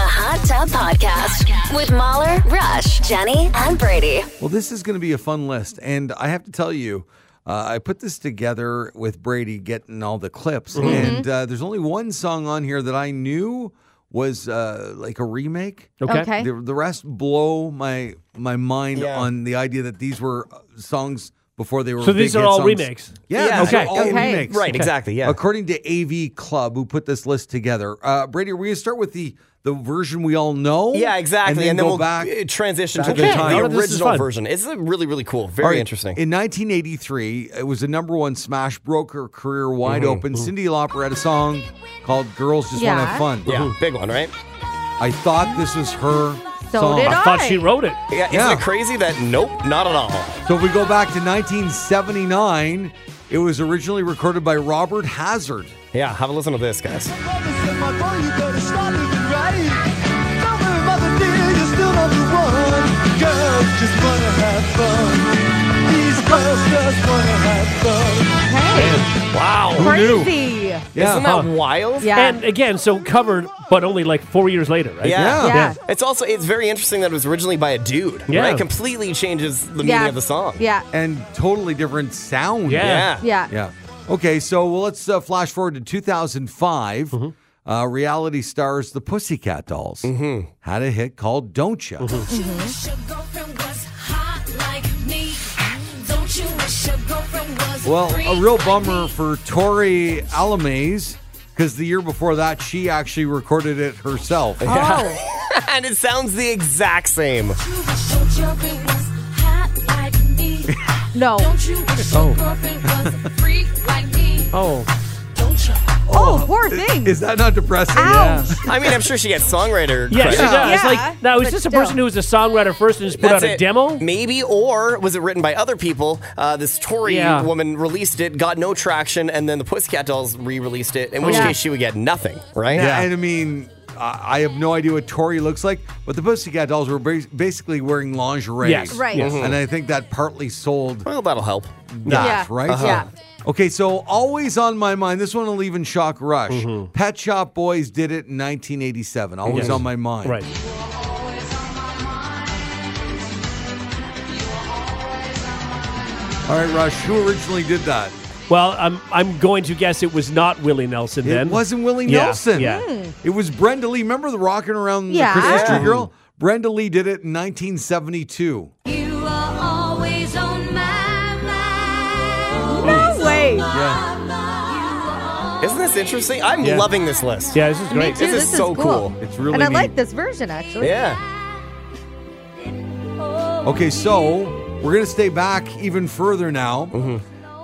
[SPEAKER 1] Hot Tub Podcast with Mahler, Rush, Jenny, and Brady.
[SPEAKER 2] Well, this is going to be a fun list, and I have to tell you, uh, I put this together with Brady getting all the clips, and uh, there's only one song on here that I knew was uh, like a remake.
[SPEAKER 4] Okay.
[SPEAKER 5] (laughs) Okay.
[SPEAKER 2] The, the rest blow my my mind
[SPEAKER 3] Yeah.
[SPEAKER 2] on the idea that these were uh, songs before they were.
[SPEAKER 4] So these
[SPEAKER 2] big
[SPEAKER 4] are
[SPEAKER 2] hit
[SPEAKER 4] all
[SPEAKER 2] songs.
[SPEAKER 4] remakes?
[SPEAKER 2] Yeah,
[SPEAKER 3] Yeah,
[SPEAKER 2] these are
[SPEAKER 4] okay,
[SPEAKER 2] all
[SPEAKER 5] okay.
[SPEAKER 2] remakes.
[SPEAKER 3] Right, exactly. Yeah.
[SPEAKER 2] According to AV Club, who put this list together, uh, Brady, are we gonna start with the the version we all know?
[SPEAKER 3] Yeah, exactly.
[SPEAKER 2] And then,
[SPEAKER 3] we'll
[SPEAKER 2] go back.
[SPEAKER 3] uh, transition
[SPEAKER 2] back
[SPEAKER 3] to
[SPEAKER 2] in
[SPEAKER 3] the,
[SPEAKER 2] time.
[SPEAKER 3] the
[SPEAKER 4] None of this is
[SPEAKER 3] original
[SPEAKER 4] fun.
[SPEAKER 3] version. It's uh, really, really cool. Very
[SPEAKER 2] All right,
[SPEAKER 3] interesting.
[SPEAKER 2] In 1983, it was a number one smash, broke her career wide
[SPEAKER 3] Mm-hmm.
[SPEAKER 2] open. Cindy Lauper had a song called "Girls Just Want to
[SPEAKER 5] Yeah.
[SPEAKER 2] Have Fun."
[SPEAKER 3] yeah, big one, right?
[SPEAKER 2] I thought this was her
[SPEAKER 5] So
[SPEAKER 2] song.
[SPEAKER 5] did
[SPEAKER 4] I thought she
[SPEAKER 5] Right.
[SPEAKER 4] wrote it.
[SPEAKER 3] Yeah,
[SPEAKER 2] Yeah.
[SPEAKER 3] isn't it crazy that nope, not at all.
[SPEAKER 2] So if we go back to 1979, it was originally recorded by Robert Hazard.
[SPEAKER 3] Yeah, have a listen to this, guys.
[SPEAKER 5] Hey,
[SPEAKER 3] Wow.
[SPEAKER 5] crazy.
[SPEAKER 3] Isn't that wild?
[SPEAKER 5] Yeah.
[SPEAKER 4] And again, so covered, but only like four years later, right?
[SPEAKER 3] Yeah.
[SPEAKER 5] Yeah.
[SPEAKER 3] It's also it's very interesting that it was originally by a dude.
[SPEAKER 4] Yeah.
[SPEAKER 3] Right? Completely changes the meaning
[SPEAKER 5] yeah.
[SPEAKER 3] of the song.
[SPEAKER 5] Yeah.
[SPEAKER 2] and totally different sound.
[SPEAKER 4] Yeah.
[SPEAKER 3] Yeah.
[SPEAKER 5] Yeah.
[SPEAKER 2] Yeah. Okay, so well, let's uh, flash forward to 2005.
[SPEAKER 3] Mm-hmm.
[SPEAKER 2] Uh, reality stars The Pussycat Dolls
[SPEAKER 3] Mm-hmm.
[SPEAKER 2] had a hit called Don't Ya.
[SPEAKER 8] wish your girlfriend was hot like me? Don't you wish your girlfriend was
[SPEAKER 2] Well,
[SPEAKER 8] free
[SPEAKER 2] a real
[SPEAKER 8] like
[SPEAKER 2] bummer
[SPEAKER 8] me?
[SPEAKER 2] for Tori Alamaze because the year before that, she actually recorded it herself.
[SPEAKER 5] Oh,
[SPEAKER 3] and it sounds the exact same.
[SPEAKER 8] You wish your girlfriend was hot like me.
[SPEAKER 1] (laughs)
[SPEAKER 5] No.
[SPEAKER 8] Don't you wish your girlfriend was a freak like me?
[SPEAKER 4] Oh.
[SPEAKER 8] Don't you?
[SPEAKER 5] Oh, poor thing.
[SPEAKER 2] Is that not depressing?
[SPEAKER 5] Ouch.
[SPEAKER 3] I mean, I'm sure she gets songwriter.
[SPEAKER 4] Yeah, she
[SPEAKER 3] credit.
[SPEAKER 4] does.
[SPEAKER 5] Yeah,
[SPEAKER 4] like, now, is
[SPEAKER 5] but
[SPEAKER 4] this a
[SPEAKER 5] still.
[SPEAKER 4] person who was a songwriter first and just put
[SPEAKER 3] That's
[SPEAKER 4] out a
[SPEAKER 3] it.
[SPEAKER 4] demo?
[SPEAKER 3] Maybe, or was it written by other people? Uh, this Tory
[SPEAKER 4] Yeah.
[SPEAKER 3] woman released it, got no traction, and then the Pussycat Dolls re released it, in which
[SPEAKER 5] Yeah.
[SPEAKER 3] case she would get nothing, right?
[SPEAKER 2] Yeah. And I mean, I I have no idea what Tori looks like, but the Pussycat Dolls were bas- basically wearing lingerie.
[SPEAKER 4] Yes.
[SPEAKER 5] Right. Yes.
[SPEAKER 2] And I think that partly sold that,
[SPEAKER 3] Well, that'll help.
[SPEAKER 5] Yeah. Uh-huh.
[SPEAKER 2] right?
[SPEAKER 5] Yeah.
[SPEAKER 2] Okay, so always on my mind, this one will even shock Rush. Pet Shop Boys did it in 1987. Always
[SPEAKER 4] Yes.
[SPEAKER 2] on my mind.
[SPEAKER 4] Right.
[SPEAKER 2] All right, Rush, who originally did that?
[SPEAKER 4] Well, I'm I'm going to guess it was not Willie Nelson then.
[SPEAKER 2] It wasn't Willie
[SPEAKER 4] Yeah,
[SPEAKER 2] Nelson.
[SPEAKER 4] yeah.
[SPEAKER 2] It was Brenda Lee. Remember the rocking around
[SPEAKER 5] Hmm. Yeah.
[SPEAKER 2] the Christmas
[SPEAKER 3] Yeah.
[SPEAKER 2] tree girl? Brenda Lee did it in 1972.
[SPEAKER 8] You are always on my mind.
[SPEAKER 5] No way.
[SPEAKER 2] Yeah.
[SPEAKER 3] Isn't this interesting? I'm
[SPEAKER 4] Yeah.
[SPEAKER 3] loving this list.
[SPEAKER 4] Yeah, this is great.
[SPEAKER 5] Dude,
[SPEAKER 3] This is so cool.
[SPEAKER 2] It's really
[SPEAKER 5] and I
[SPEAKER 2] neat.
[SPEAKER 5] like this version actually.
[SPEAKER 3] Yeah.
[SPEAKER 2] Okay, so we're going to stay back even further now.
[SPEAKER 4] Mm-hmm.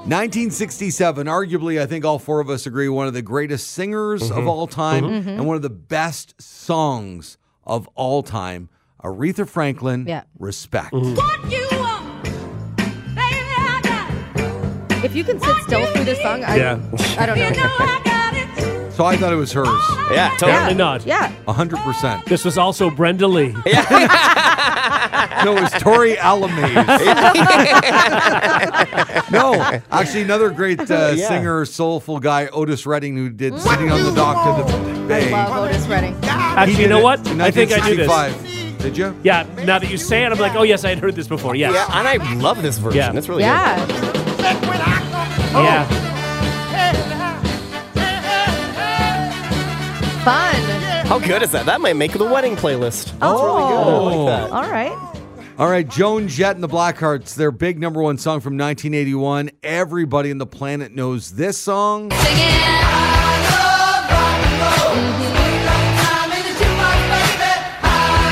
[SPEAKER 2] 1967, arguably, I think all four of us agree, one of the greatest singers
[SPEAKER 4] Mm-hmm.
[SPEAKER 2] of all time and one of the best songs of all time. Aretha Franklin,
[SPEAKER 5] Yeah.
[SPEAKER 2] Respect.
[SPEAKER 4] Mm-hmm.
[SPEAKER 8] What you want, baby, I got it.
[SPEAKER 5] If you can sit still through this song, I,
[SPEAKER 4] Yeah.
[SPEAKER 5] I don't
[SPEAKER 8] You know
[SPEAKER 5] know.
[SPEAKER 8] I got it.
[SPEAKER 2] So I thought it was hers,
[SPEAKER 3] Yeah,
[SPEAKER 4] Apparently
[SPEAKER 3] totally.
[SPEAKER 4] not.
[SPEAKER 5] Yeah.
[SPEAKER 2] 100%.
[SPEAKER 4] This was also Brenda Lee.
[SPEAKER 2] No, it was Tori (laughs) Alamaze. no, actually, another great uh,
[SPEAKER 3] Yeah.
[SPEAKER 2] singer, soulful guy, Otis Redding, who did Sitting on the Dock to the Bay.
[SPEAKER 5] Love Otis Redding.
[SPEAKER 2] He
[SPEAKER 4] Actually, you
[SPEAKER 2] did
[SPEAKER 4] know
[SPEAKER 2] it
[SPEAKER 4] what?
[SPEAKER 2] in
[SPEAKER 4] I think I knew this.
[SPEAKER 2] 1965. Did you?
[SPEAKER 4] Yeah, now that you say it, I'm like, oh yes, I had heard this before. Yes.
[SPEAKER 3] Yeah, and I love this version.
[SPEAKER 4] Yeah.
[SPEAKER 3] It's really
[SPEAKER 5] Yeah.
[SPEAKER 4] Yeah.
[SPEAKER 5] Fun.
[SPEAKER 3] good. How good is that? That might make the wedding playlist. That's really
[SPEAKER 2] Oh.
[SPEAKER 3] good. I like that.
[SPEAKER 5] All right.
[SPEAKER 2] All right, Joan Jett and the Blackhearts, their big number one song from 1981. Everybody on the planet knows this song.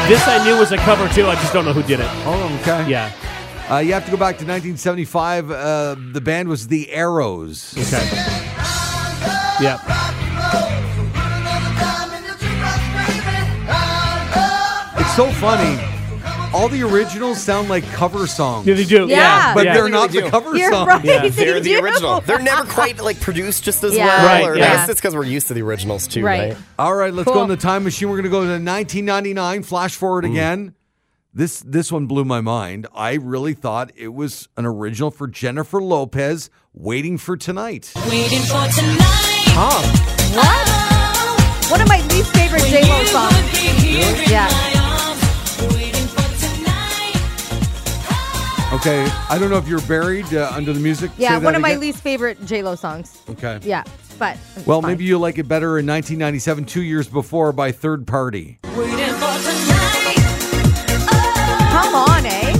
[SPEAKER 4] This I knew was a cover too. I just don't know who did it.
[SPEAKER 2] Oh, okay.
[SPEAKER 4] Yeah.
[SPEAKER 2] Uh, you have to go back to 1975. Uh, the band was The Arrows.
[SPEAKER 4] Okay. Yeah.
[SPEAKER 2] It's so funny. All the originals sound like cover songs,
[SPEAKER 4] Yeah, they do.
[SPEAKER 5] Yeah.
[SPEAKER 4] Yeah.
[SPEAKER 2] but
[SPEAKER 4] yeah.
[SPEAKER 2] they're
[SPEAKER 3] They
[SPEAKER 2] not
[SPEAKER 3] really
[SPEAKER 2] the
[SPEAKER 3] do.
[SPEAKER 2] cover
[SPEAKER 5] You're
[SPEAKER 2] song.
[SPEAKER 5] right. (laughs)
[SPEAKER 4] Yeah.
[SPEAKER 5] they
[SPEAKER 3] They're the
[SPEAKER 5] do.
[SPEAKER 3] original. They're
[SPEAKER 5] (laughs)
[SPEAKER 3] never quite like produced just as
[SPEAKER 5] Yeah.
[SPEAKER 3] well.
[SPEAKER 4] Right,
[SPEAKER 3] or
[SPEAKER 4] yeah.
[SPEAKER 3] I guess it's because we're used to the originals too,
[SPEAKER 5] Right.
[SPEAKER 3] right?
[SPEAKER 2] All right, let's go
[SPEAKER 5] Cool.
[SPEAKER 2] in the time machine. We're going to go to 1999. Flash forward again. This this one blew my mind. I really thought it was an original for Jennifer Lopez, "Waiting for Tonight."
[SPEAKER 8] Waiting for tonight.
[SPEAKER 5] One of my least favorite J Lo songs. Yeah.
[SPEAKER 2] Okay, I don't know if you're buried uh, under the music. Say
[SPEAKER 5] Yeah,
[SPEAKER 2] that
[SPEAKER 5] one of my
[SPEAKER 2] again.
[SPEAKER 5] least favorite J Lo songs.
[SPEAKER 2] Okay.
[SPEAKER 5] Yeah, but it's
[SPEAKER 2] Well,
[SPEAKER 5] fine.
[SPEAKER 2] maybe you like it better in 1997, two years before, by Third Party.
[SPEAKER 5] come on, eh?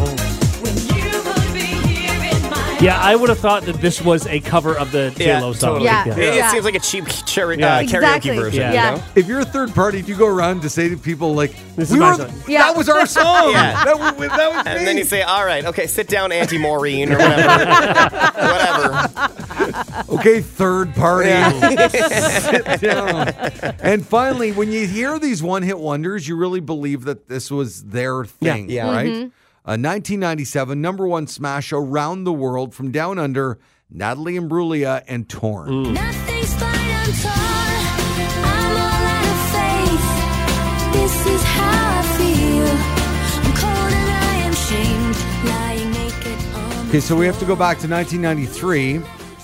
[SPEAKER 8] When you would be here in my
[SPEAKER 4] Yeah, I would have thought that this was a cover of the
[SPEAKER 3] Yeah,
[SPEAKER 4] J-Lo song.
[SPEAKER 3] totally.
[SPEAKER 5] Yeah.
[SPEAKER 3] It, it seems like a cheap cherry,
[SPEAKER 4] Yeah.
[SPEAKER 3] uh, karaoke
[SPEAKER 5] Exactly.
[SPEAKER 3] version.
[SPEAKER 4] Yeah.
[SPEAKER 3] You
[SPEAKER 5] Yeah.
[SPEAKER 3] know?
[SPEAKER 2] If you're a third party, do you go around to say to people like,
[SPEAKER 4] This is
[SPEAKER 2] we
[SPEAKER 4] my
[SPEAKER 2] were,
[SPEAKER 4] song.
[SPEAKER 5] Yeah.
[SPEAKER 2] that was
[SPEAKER 5] (laughs)
[SPEAKER 2] our song.
[SPEAKER 3] Yeah.
[SPEAKER 2] Oh, that, was, that was me.
[SPEAKER 3] (laughs) And then you say, all right, okay, sit down, Auntie Maureen, or whatever. whatever.
[SPEAKER 2] okay, (laughs) third party.
[SPEAKER 3] Yeah.
[SPEAKER 2] (laughs) Sit down. And finally, when you hear these one hit wonders, you really believe that this was their thing,
[SPEAKER 3] Yeah.
[SPEAKER 2] right? Uh, 1997, number one smash around the world from Down Under, Natalie Imbruglia and Torn.
[SPEAKER 8] Nothing's fine, I'm torn. I'm all out of faith. This is how I feel. I'm cold and I am shamed. Lying naked on
[SPEAKER 2] Okay, so we have to go back to 1993,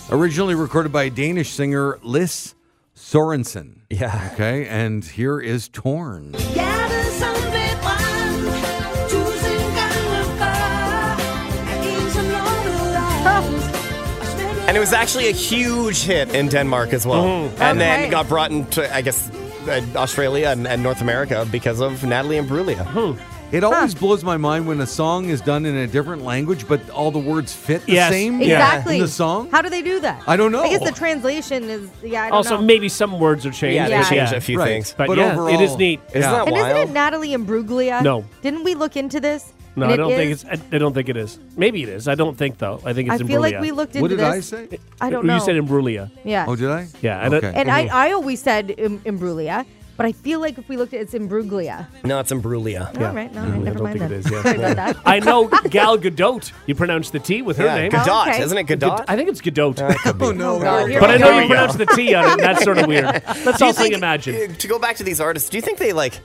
[SPEAKER 2] originally recorded by Danish singer Liss Sorensen.
[SPEAKER 3] Yeah.
[SPEAKER 2] Okay, and here is Torn.
[SPEAKER 3] And it was actually a huge hit in Denmark as well. And
[SPEAKER 5] Okay.
[SPEAKER 3] then got brought into, I guess, uh, Australia and, and North America because of Natalie Imbruglia.
[SPEAKER 2] It always blows my mind when a song is done in a different language, but all the words fit the
[SPEAKER 4] Yes.
[SPEAKER 2] same.
[SPEAKER 4] Yeah.
[SPEAKER 5] Exactly.
[SPEAKER 2] In the song?
[SPEAKER 5] How do they do that?
[SPEAKER 2] I don't know.
[SPEAKER 5] I guess the translation is yeah. I don't
[SPEAKER 4] Also,
[SPEAKER 5] know.
[SPEAKER 4] maybe some words are changed.
[SPEAKER 3] Yeah,
[SPEAKER 5] Yeah.
[SPEAKER 3] they changed
[SPEAKER 4] Yeah.
[SPEAKER 3] a few
[SPEAKER 2] Right.
[SPEAKER 3] things.
[SPEAKER 4] But,
[SPEAKER 2] But
[SPEAKER 4] yeah,
[SPEAKER 2] overall,
[SPEAKER 4] it is neat.
[SPEAKER 3] Isn't
[SPEAKER 2] Yeah.
[SPEAKER 3] that
[SPEAKER 5] And
[SPEAKER 3] wild?
[SPEAKER 5] isn't it Natalie Imbruglia?
[SPEAKER 4] No.
[SPEAKER 5] Didn't we look into this?
[SPEAKER 4] No,
[SPEAKER 5] And
[SPEAKER 4] I
[SPEAKER 5] it
[SPEAKER 4] don't think
[SPEAKER 5] is-
[SPEAKER 4] it's. I, I don't think it is. Maybe it is. I don't think though. I think
[SPEAKER 5] I
[SPEAKER 4] it's.
[SPEAKER 5] feel like
[SPEAKER 4] Imbruglia. Oh,
[SPEAKER 5] we looked into
[SPEAKER 2] What did
[SPEAKER 5] this.
[SPEAKER 2] I say?
[SPEAKER 5] I don't
[SPEAKER 4] you
[SPEAKER 5] know.
[SPEAKER 4] said Imbruglia.
[SPEAKER 5] yeah.
[SPEAKER 2] Oh, did I? Mm-hmm.
[SPEAKER 4] Yeah, I don't-
[SPEAKER 2] Okay.
[SPEAKER 5] and I, I always said Im- Imbruglia, but I feel like if we looked at it's Imbruglia.
[SPEAKER 3] No, it's Imbruglia.
[SPEAKER 5] All right, no,
[SPEAKER 2] Mm-hmm.
[SPEAKER 5] never
[SPEAKER 4] I don't
[SPEAKER 5] mind
[SPEAKER 4] think
[SPEAKER 5] then.
[SPEAKER 4] it is. Yeah.
[SPEAKER 5] Sorry about that.
[SPEAKER 4] I know Gal Gadot. You pronounce the T with her
[SPEAKER 3] Yeah,
[SPEAKER 4] name.
[SPEAKER 3] Godot.
[SPEAKER 5] Oh, Okay.
[SPEAKER 3] Isn't it Godot?
[SPEAKER 4] I think it's Gadot.
[SPEAKER 2] Oh, no.
[SPEAKER 5] God, here
[SPEAKER 4] but I
[SPEAKER 5] we
[SPEAKER 4] know
[SPEAKER 5] go.
[SPEAKER 4] you pronounce the T on it. and That's sort of
[SPEAKER 3] (laughs)
[SPEAKER 4] weird. Let's all think imagine.
[SPEAKER 3] uh, To go back to these artists, do you think they like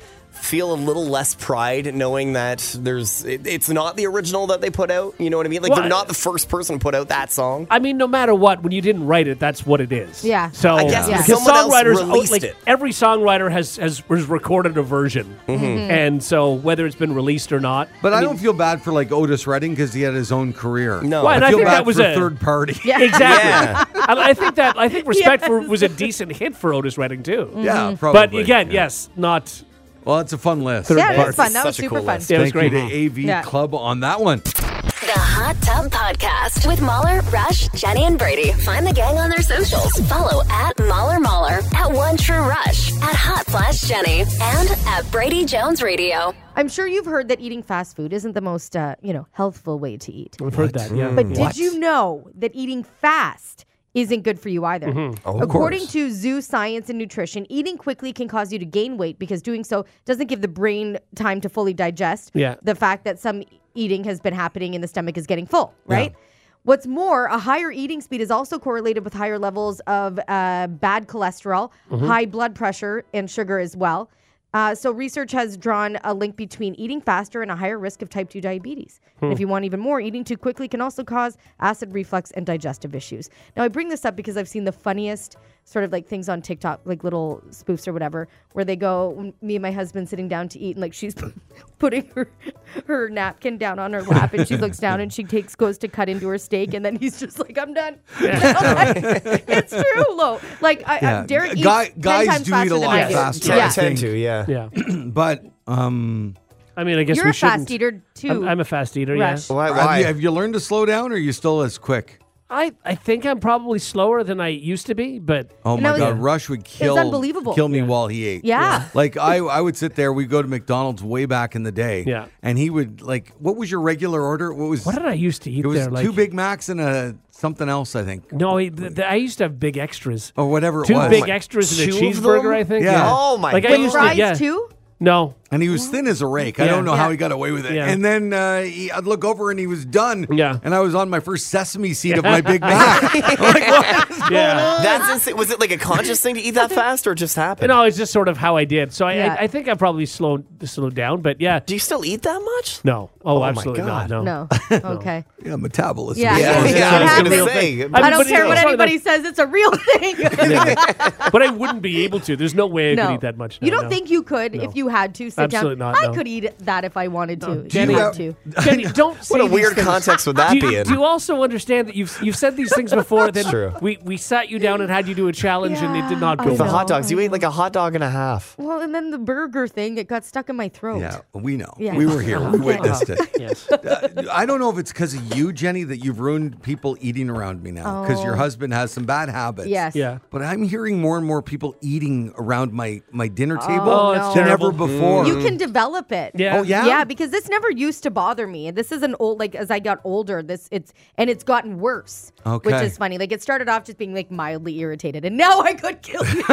[SPEAKER 3] feel a little less pride knowing that there's it, it's not the original that they put out? You know what I mean? Like
[SPEAKER 4] Well,
[SPEAKER 3] they're not the first person to put out that song.
[SPEAKER 4] I mean, no matter what, when you didn't write it, that's what it is.
[SPEAKER 5] Yeah.
[SPEAKER 4] So
[SPEAKER 3] I guess
[SPEAKER 5] Yeah.
[SPEAKER 4] because
[SPEAKER 3] someone else
[SPEAKER 4] songwriters, oh,
[SPEAKER 3] released
[SPEAKER 4] like
[SPEAKER 3] it.
[SPEAKER 4] every songwriter has, has has recorded a version,
[SPEAKER 5] Mm-hmm.
[SPEAKER 4] and so whether it's been released or not.
[SPEAKER 2] But I, don't feel bad for like Otis Redding because he had his own career.
[SPEAKER 3] No.
[SPEAKER 4] Well,
[SPEAKER 2] I
[SPEAKER 4] and I,
[SPEAKER 2] feel
[SPEAKER 4] think
[SPEAKER 2] bad
[SPEAKER 4] that was
[SPEAKER 2] for
[SPEAKER 4] a
[SPEAKER 2] third
[SPEAKER 4] (laughs)
[SPEAKER 2] party.
[SPEAKER 5] Yeah.
[SPEAKER 4] Exactly.
[SPEAKER 3] Yeah.
[SPEAKER 4] I, I think that I
[SPEAKER 5] (laughs)
[SPEAKER 4] think Respect for was a decent hit for Otis Redding too.
[SPEAKER 5] Mm.
[SPEAKER 2] Yeah, probably.
[SPEAKER 4] Mm-hmm. But again, yes, not.
[SPEAKER 2] Well, it's a fun list.
[SPEAKER 5] Yeah, it
[SPEAKER 3] party.
[SPEAKER 5] was fun. That
[SPEAKER 3] Such
[SPEAKER 5] was
[SPEAKER 3] a
[SPEAKER 5] super
[SPEAKER 3] cool
[SPEAKER 5] fun.
[SPEAKER 3] list.
[SPEAKER 4] Yeah, it was
[SPEAKER 2] Thank
[SPEAKER 4] great.
[SPEAKER 2] you to AV
[SPEAKER 5] Yeah.
[SPEAKER 2] Club on that one.
[SPEAKER 1] The Hot Tub Podcast with Mahler, Rush, Jenny, and Brady. Find the gang on their socials. Follow at Mahler Mahler, at One True Rush, at Hot Flash Jenny, and at Brady Jones Radio.
[SPEAKER 5] I'm sure you've heard that eating fast food isn't the most, uh, you know, healthful way to eat.
[SPEAKER 4] I've heard that. Yeah.
[SPEAKER 5] But did you know that eating fast isn't good for you either? According to Zoo Science and Nutrition, eating quickly can cause you to gain weight because doing so doesn't give the brain time to fully digest
[SPEAKER 4] Yeah.
[SPEAKER 5] the fact that some eating has been happening and the stomach is getting full, right? What's more, a higher eating speed is also correlated with higher levels of uh, bad cholesterol, high blood pressure, and sugar as well. Uh, so, research has drawn a link between eating faster and a higher risk of type 2 diabetes. And if you want even more, eating too quickly can also cause acid reflux and digestive issues. Now, I bring this up because I've seen the funniest sort of like things on TikTok, like little spoofs or whatever, where they go, me and my husband sitting down to eat, and like she's (laughs) putting her, her napkin down on her lap, and she looks down and she takes goes to cut into her steak, and then he's just like, I'm done. (laughs) it's true, Lo. Like I,
[SPEAKER 2] Yeah.
[SPEAKER 5] I, Derek eats
[SPEAKER 2] Guy-
[SPEAKER 5] 10
[SPEAKER 2] guys
[SPEAKER 5] times
[SPEAKER 2] do eat
[SPEAKER 5] faster
[SPEAKER 2] a
[SPEAKER 5] than
[SPEAKER 2] lot
[SPEAKER 5] I do.
[SPEAKER 2] faster.
[SPEAKER 3] Yeah,
[SPEAKER 5] Yeah.
[SPEAKER 3] I tend to, yeah.
[SPEAKER 4] Yeah.
[SPEAKER 2] But um,
[SPEAKER 4] I mean, I guess
[SPEAKER 5] You're
[SPEAKER 4] we
[SPEAKER 5] a
[SPEAKER 4] shouldn't.
[SPEAKER 5] fast eater too.
[SPEAKER 4] I'm, I'm a fast eater.
[SPEAKER 5] Rush.
[SPEAKER 4] Yes.
[SPEAKER 3] Why?
[SPEAKER 2] have,
[SPEAKER 3] why?
[SPEAKER 2] you, have you learned to slow down or are you still as quick?
[SPEAKER 4] I, I think I'm probably slower than I used to be, but
[SPEAKER 2] Oh
[SPEAKER 5] And
[SPEAKER 2] my
[SPEAKER 5] I was-
[SPEAKER 2] God, Rush would kill
[SPEAKER 5] unbelievable.
[SPEAKER 2] kill me while he ate.
[SPEAKER 5] Yeah. Yeah.
[SPEAKER 2] Like
[SPEAKER 4] (laughs)
[SPEAKER 2] I I would sit there, we go to McDonald's way back in the day.
[SPEAKER 4] Yeah.
[SPEAKER 2] And he would like what was your regular order? What was
[SPEAKER 4] what did I used to eat
[SPEAKER 2] it was
[SPEAKER 4] there? Like
[SPEAKER 2] two Big Macs and a something else, I think.
[SPEAKER 4] No, I, th- th- I used to have big extras.
[SPEAKER 2] Or whatever it
[SPEAKER 4] Two
[SPEAKER 2] was.
[SPEAKER 4] big extras and a
[SPEAKER 3] Two of
[SPEAKER 4] cheeseburger,
[SPEAKER 3] them?
[SPEAKER 4] I think.
[SPEAKER 2] Yeah.
[SPEAKER 3] Oh my
[SPEAKER 4] like, I
[SPEAKER 3] God.
[SPEAKER 5] With
[SPEAKER 4] used
[SPEAKER 5] fries
[SPEAKER 4] to, yeah.
[SPEAKER 5] too?
[SPEAKER 4] No.
[SPEAKER 2] And he was thin as a rake. I
[SPEAKER 4] Yeah.
[SPEAKER 2] don't know how
[SPEAKER 5] Yeah.
[SPEAKER 2] he got away with it.
[SPEAKER 4] Yeah.
[SPEAKER 2] And then uh, he, I'd look over and he was done.
[SPEAKER 4] Yeah.
[SPEAKER 2] And I was on my first sesame seed
[SPEAKER 4] (laughs)
[SPEAKER 2] of my Big Mac. (laughs) I'm like, what is going
[SPEAKER 4] Yeah.
[SPEAKER 3] That's ins- was it like a conscious thing to
[SPEAKER 4] (laughs)
[SPEAKER 3] eat that fast or just happened?
[SPEAKER 4] No, it's just sort of how I did. So I,
[SPEAKER 5] Yeah.
[SPEAKER 4] I, I think I probably slowed slowed down, but yeah.
[SPEAKER 3] Do you still eat that much?
[SPEAKER 4] No. Oh,
[SPEAKER 3] my
[SPEAKER 4] absolutely
[SPEAKER 3] God.
[SPEAKER 4] not. (laughs) No.
[SPEAKER 5] No. Okay.
[SPEAKER 2] Yeah, metabolism.
[SPEAKER 5] Yeah.
[SPEAKER 2] is
[SPEAKER 5] Yeah.
[SPEAKER 2] slow.
[SPEAKER 5] Yeah.
[SPEAKER 3] I was
[SPEAKER 5] It
[SPEAKER 3] gonna
[SPEAKER 5] happens.
[SPEAKER 3] say.
[SPEAKER 4] I
[SPEAKER 5] I
[SPEAKER 4] mean,
[SPEAKER 5] don't
[SPEAKER 4] but
[SPEAKER 5] care
[SPEAKER 4] it's
[SPEAKER 5] what
[SPEAKER 4] still-
[SPEAKER 5] anybody says. It's a real (laughs) thing.
[SPEAKER 4] (laughs) but I wouldn't be able to. There's no way I
[SPEAKER 5] No.
[SPEAKER 4] could eat that much.
[SPEAKER 5] You
[SPEAKER 4] No,
[SPEAKER 5] don't
[SPEAKER 4] no.
[SPEAKER 5] think you could
[SPEAKER 4] No.
[SPEAKER 5] if you had to? sit
[SPEAKER 4] Absolutely
[SPEAKER 5] down.
[SPEAKER 4] not,
[SPEAKER 5] I
[SPEAKER 4] no.
[SPEAKER 5] could eat that if I wanted to. if
[SPEAKER 4] Jenny-
[SPEAKER 5] I want to.
[SPEAKER 4] (laughs)
[SPEAKER 5] (laughs)
[SPEAKER 4] Jenny, don't say
[SPEAKER 3] What a
[SPEAKER 4] these
[SPEAKER 3] weird
[SPEAKER 4] things. (laughs)
[SPEAKER 3] context would that
[SPEAKER 4] do, you-
[SPEAKER 3] be in?
[SPEAKER 4] do you also understand that you've you've said these things before? Then
[SPEAKER 3] true.
[SPEAKER 4] we we sat you down and had you do a challenge, and it did not
[SPEAKER 5] Yeah,
[SPEAKER 4] go
[SPEAKER 5] I
[SPEAKER 3] The
[SPEAKER 4] well.
[SPEAKER 5] know.
[SPEAKER 3] hot dogs. You ate like a hot dog and a half.
[SPEAKER 5] Well, and then the burger thing, it got stuck in my throat.
[SPEAKER 2] Yeah, we know.
[SPEAKER 5] Yeah.
[SPEAKER 2] We were here. We witnessed it.
[SPEAKER 4] Yes.
[SPEAKER 2] Uh, I don't know if it's because of you, Jenny, that you've ruined people eating around me now because your
[SPEAKER 5] Oh.
[SPEAKER 2] husband has some bad habits.
[SPEAKER 5] Yes.
[SPEAKER 4] Yeah.
[SPEAKER 2] But I'm hearing more and more people eating around my, my dinner table
[SPEAKER 4] Oh,
[SPEAKER 5] it's
[SPEAKER 2] than
[SPEAKER 4] terrible.
[SPEAKER 2] ever before.
[SPEAKER 5] You can develop it.
[SPEAKER 4] Yeah.
[SPEAKER 2] Oh, yeah?
[SPEAKER 5] Yeah, because this never used to bother me. And This is an old like as I got older, this it's and it's gotten worse. Which
[SPEAKER 2] Okay.
[SPEAKER 5] is funny. Like it started off just being like mildly irritated and now I could kill
[SPEAKER 4] (laughs)
[SPEAKER 5] you.
[SPEAKER 3] (laughs)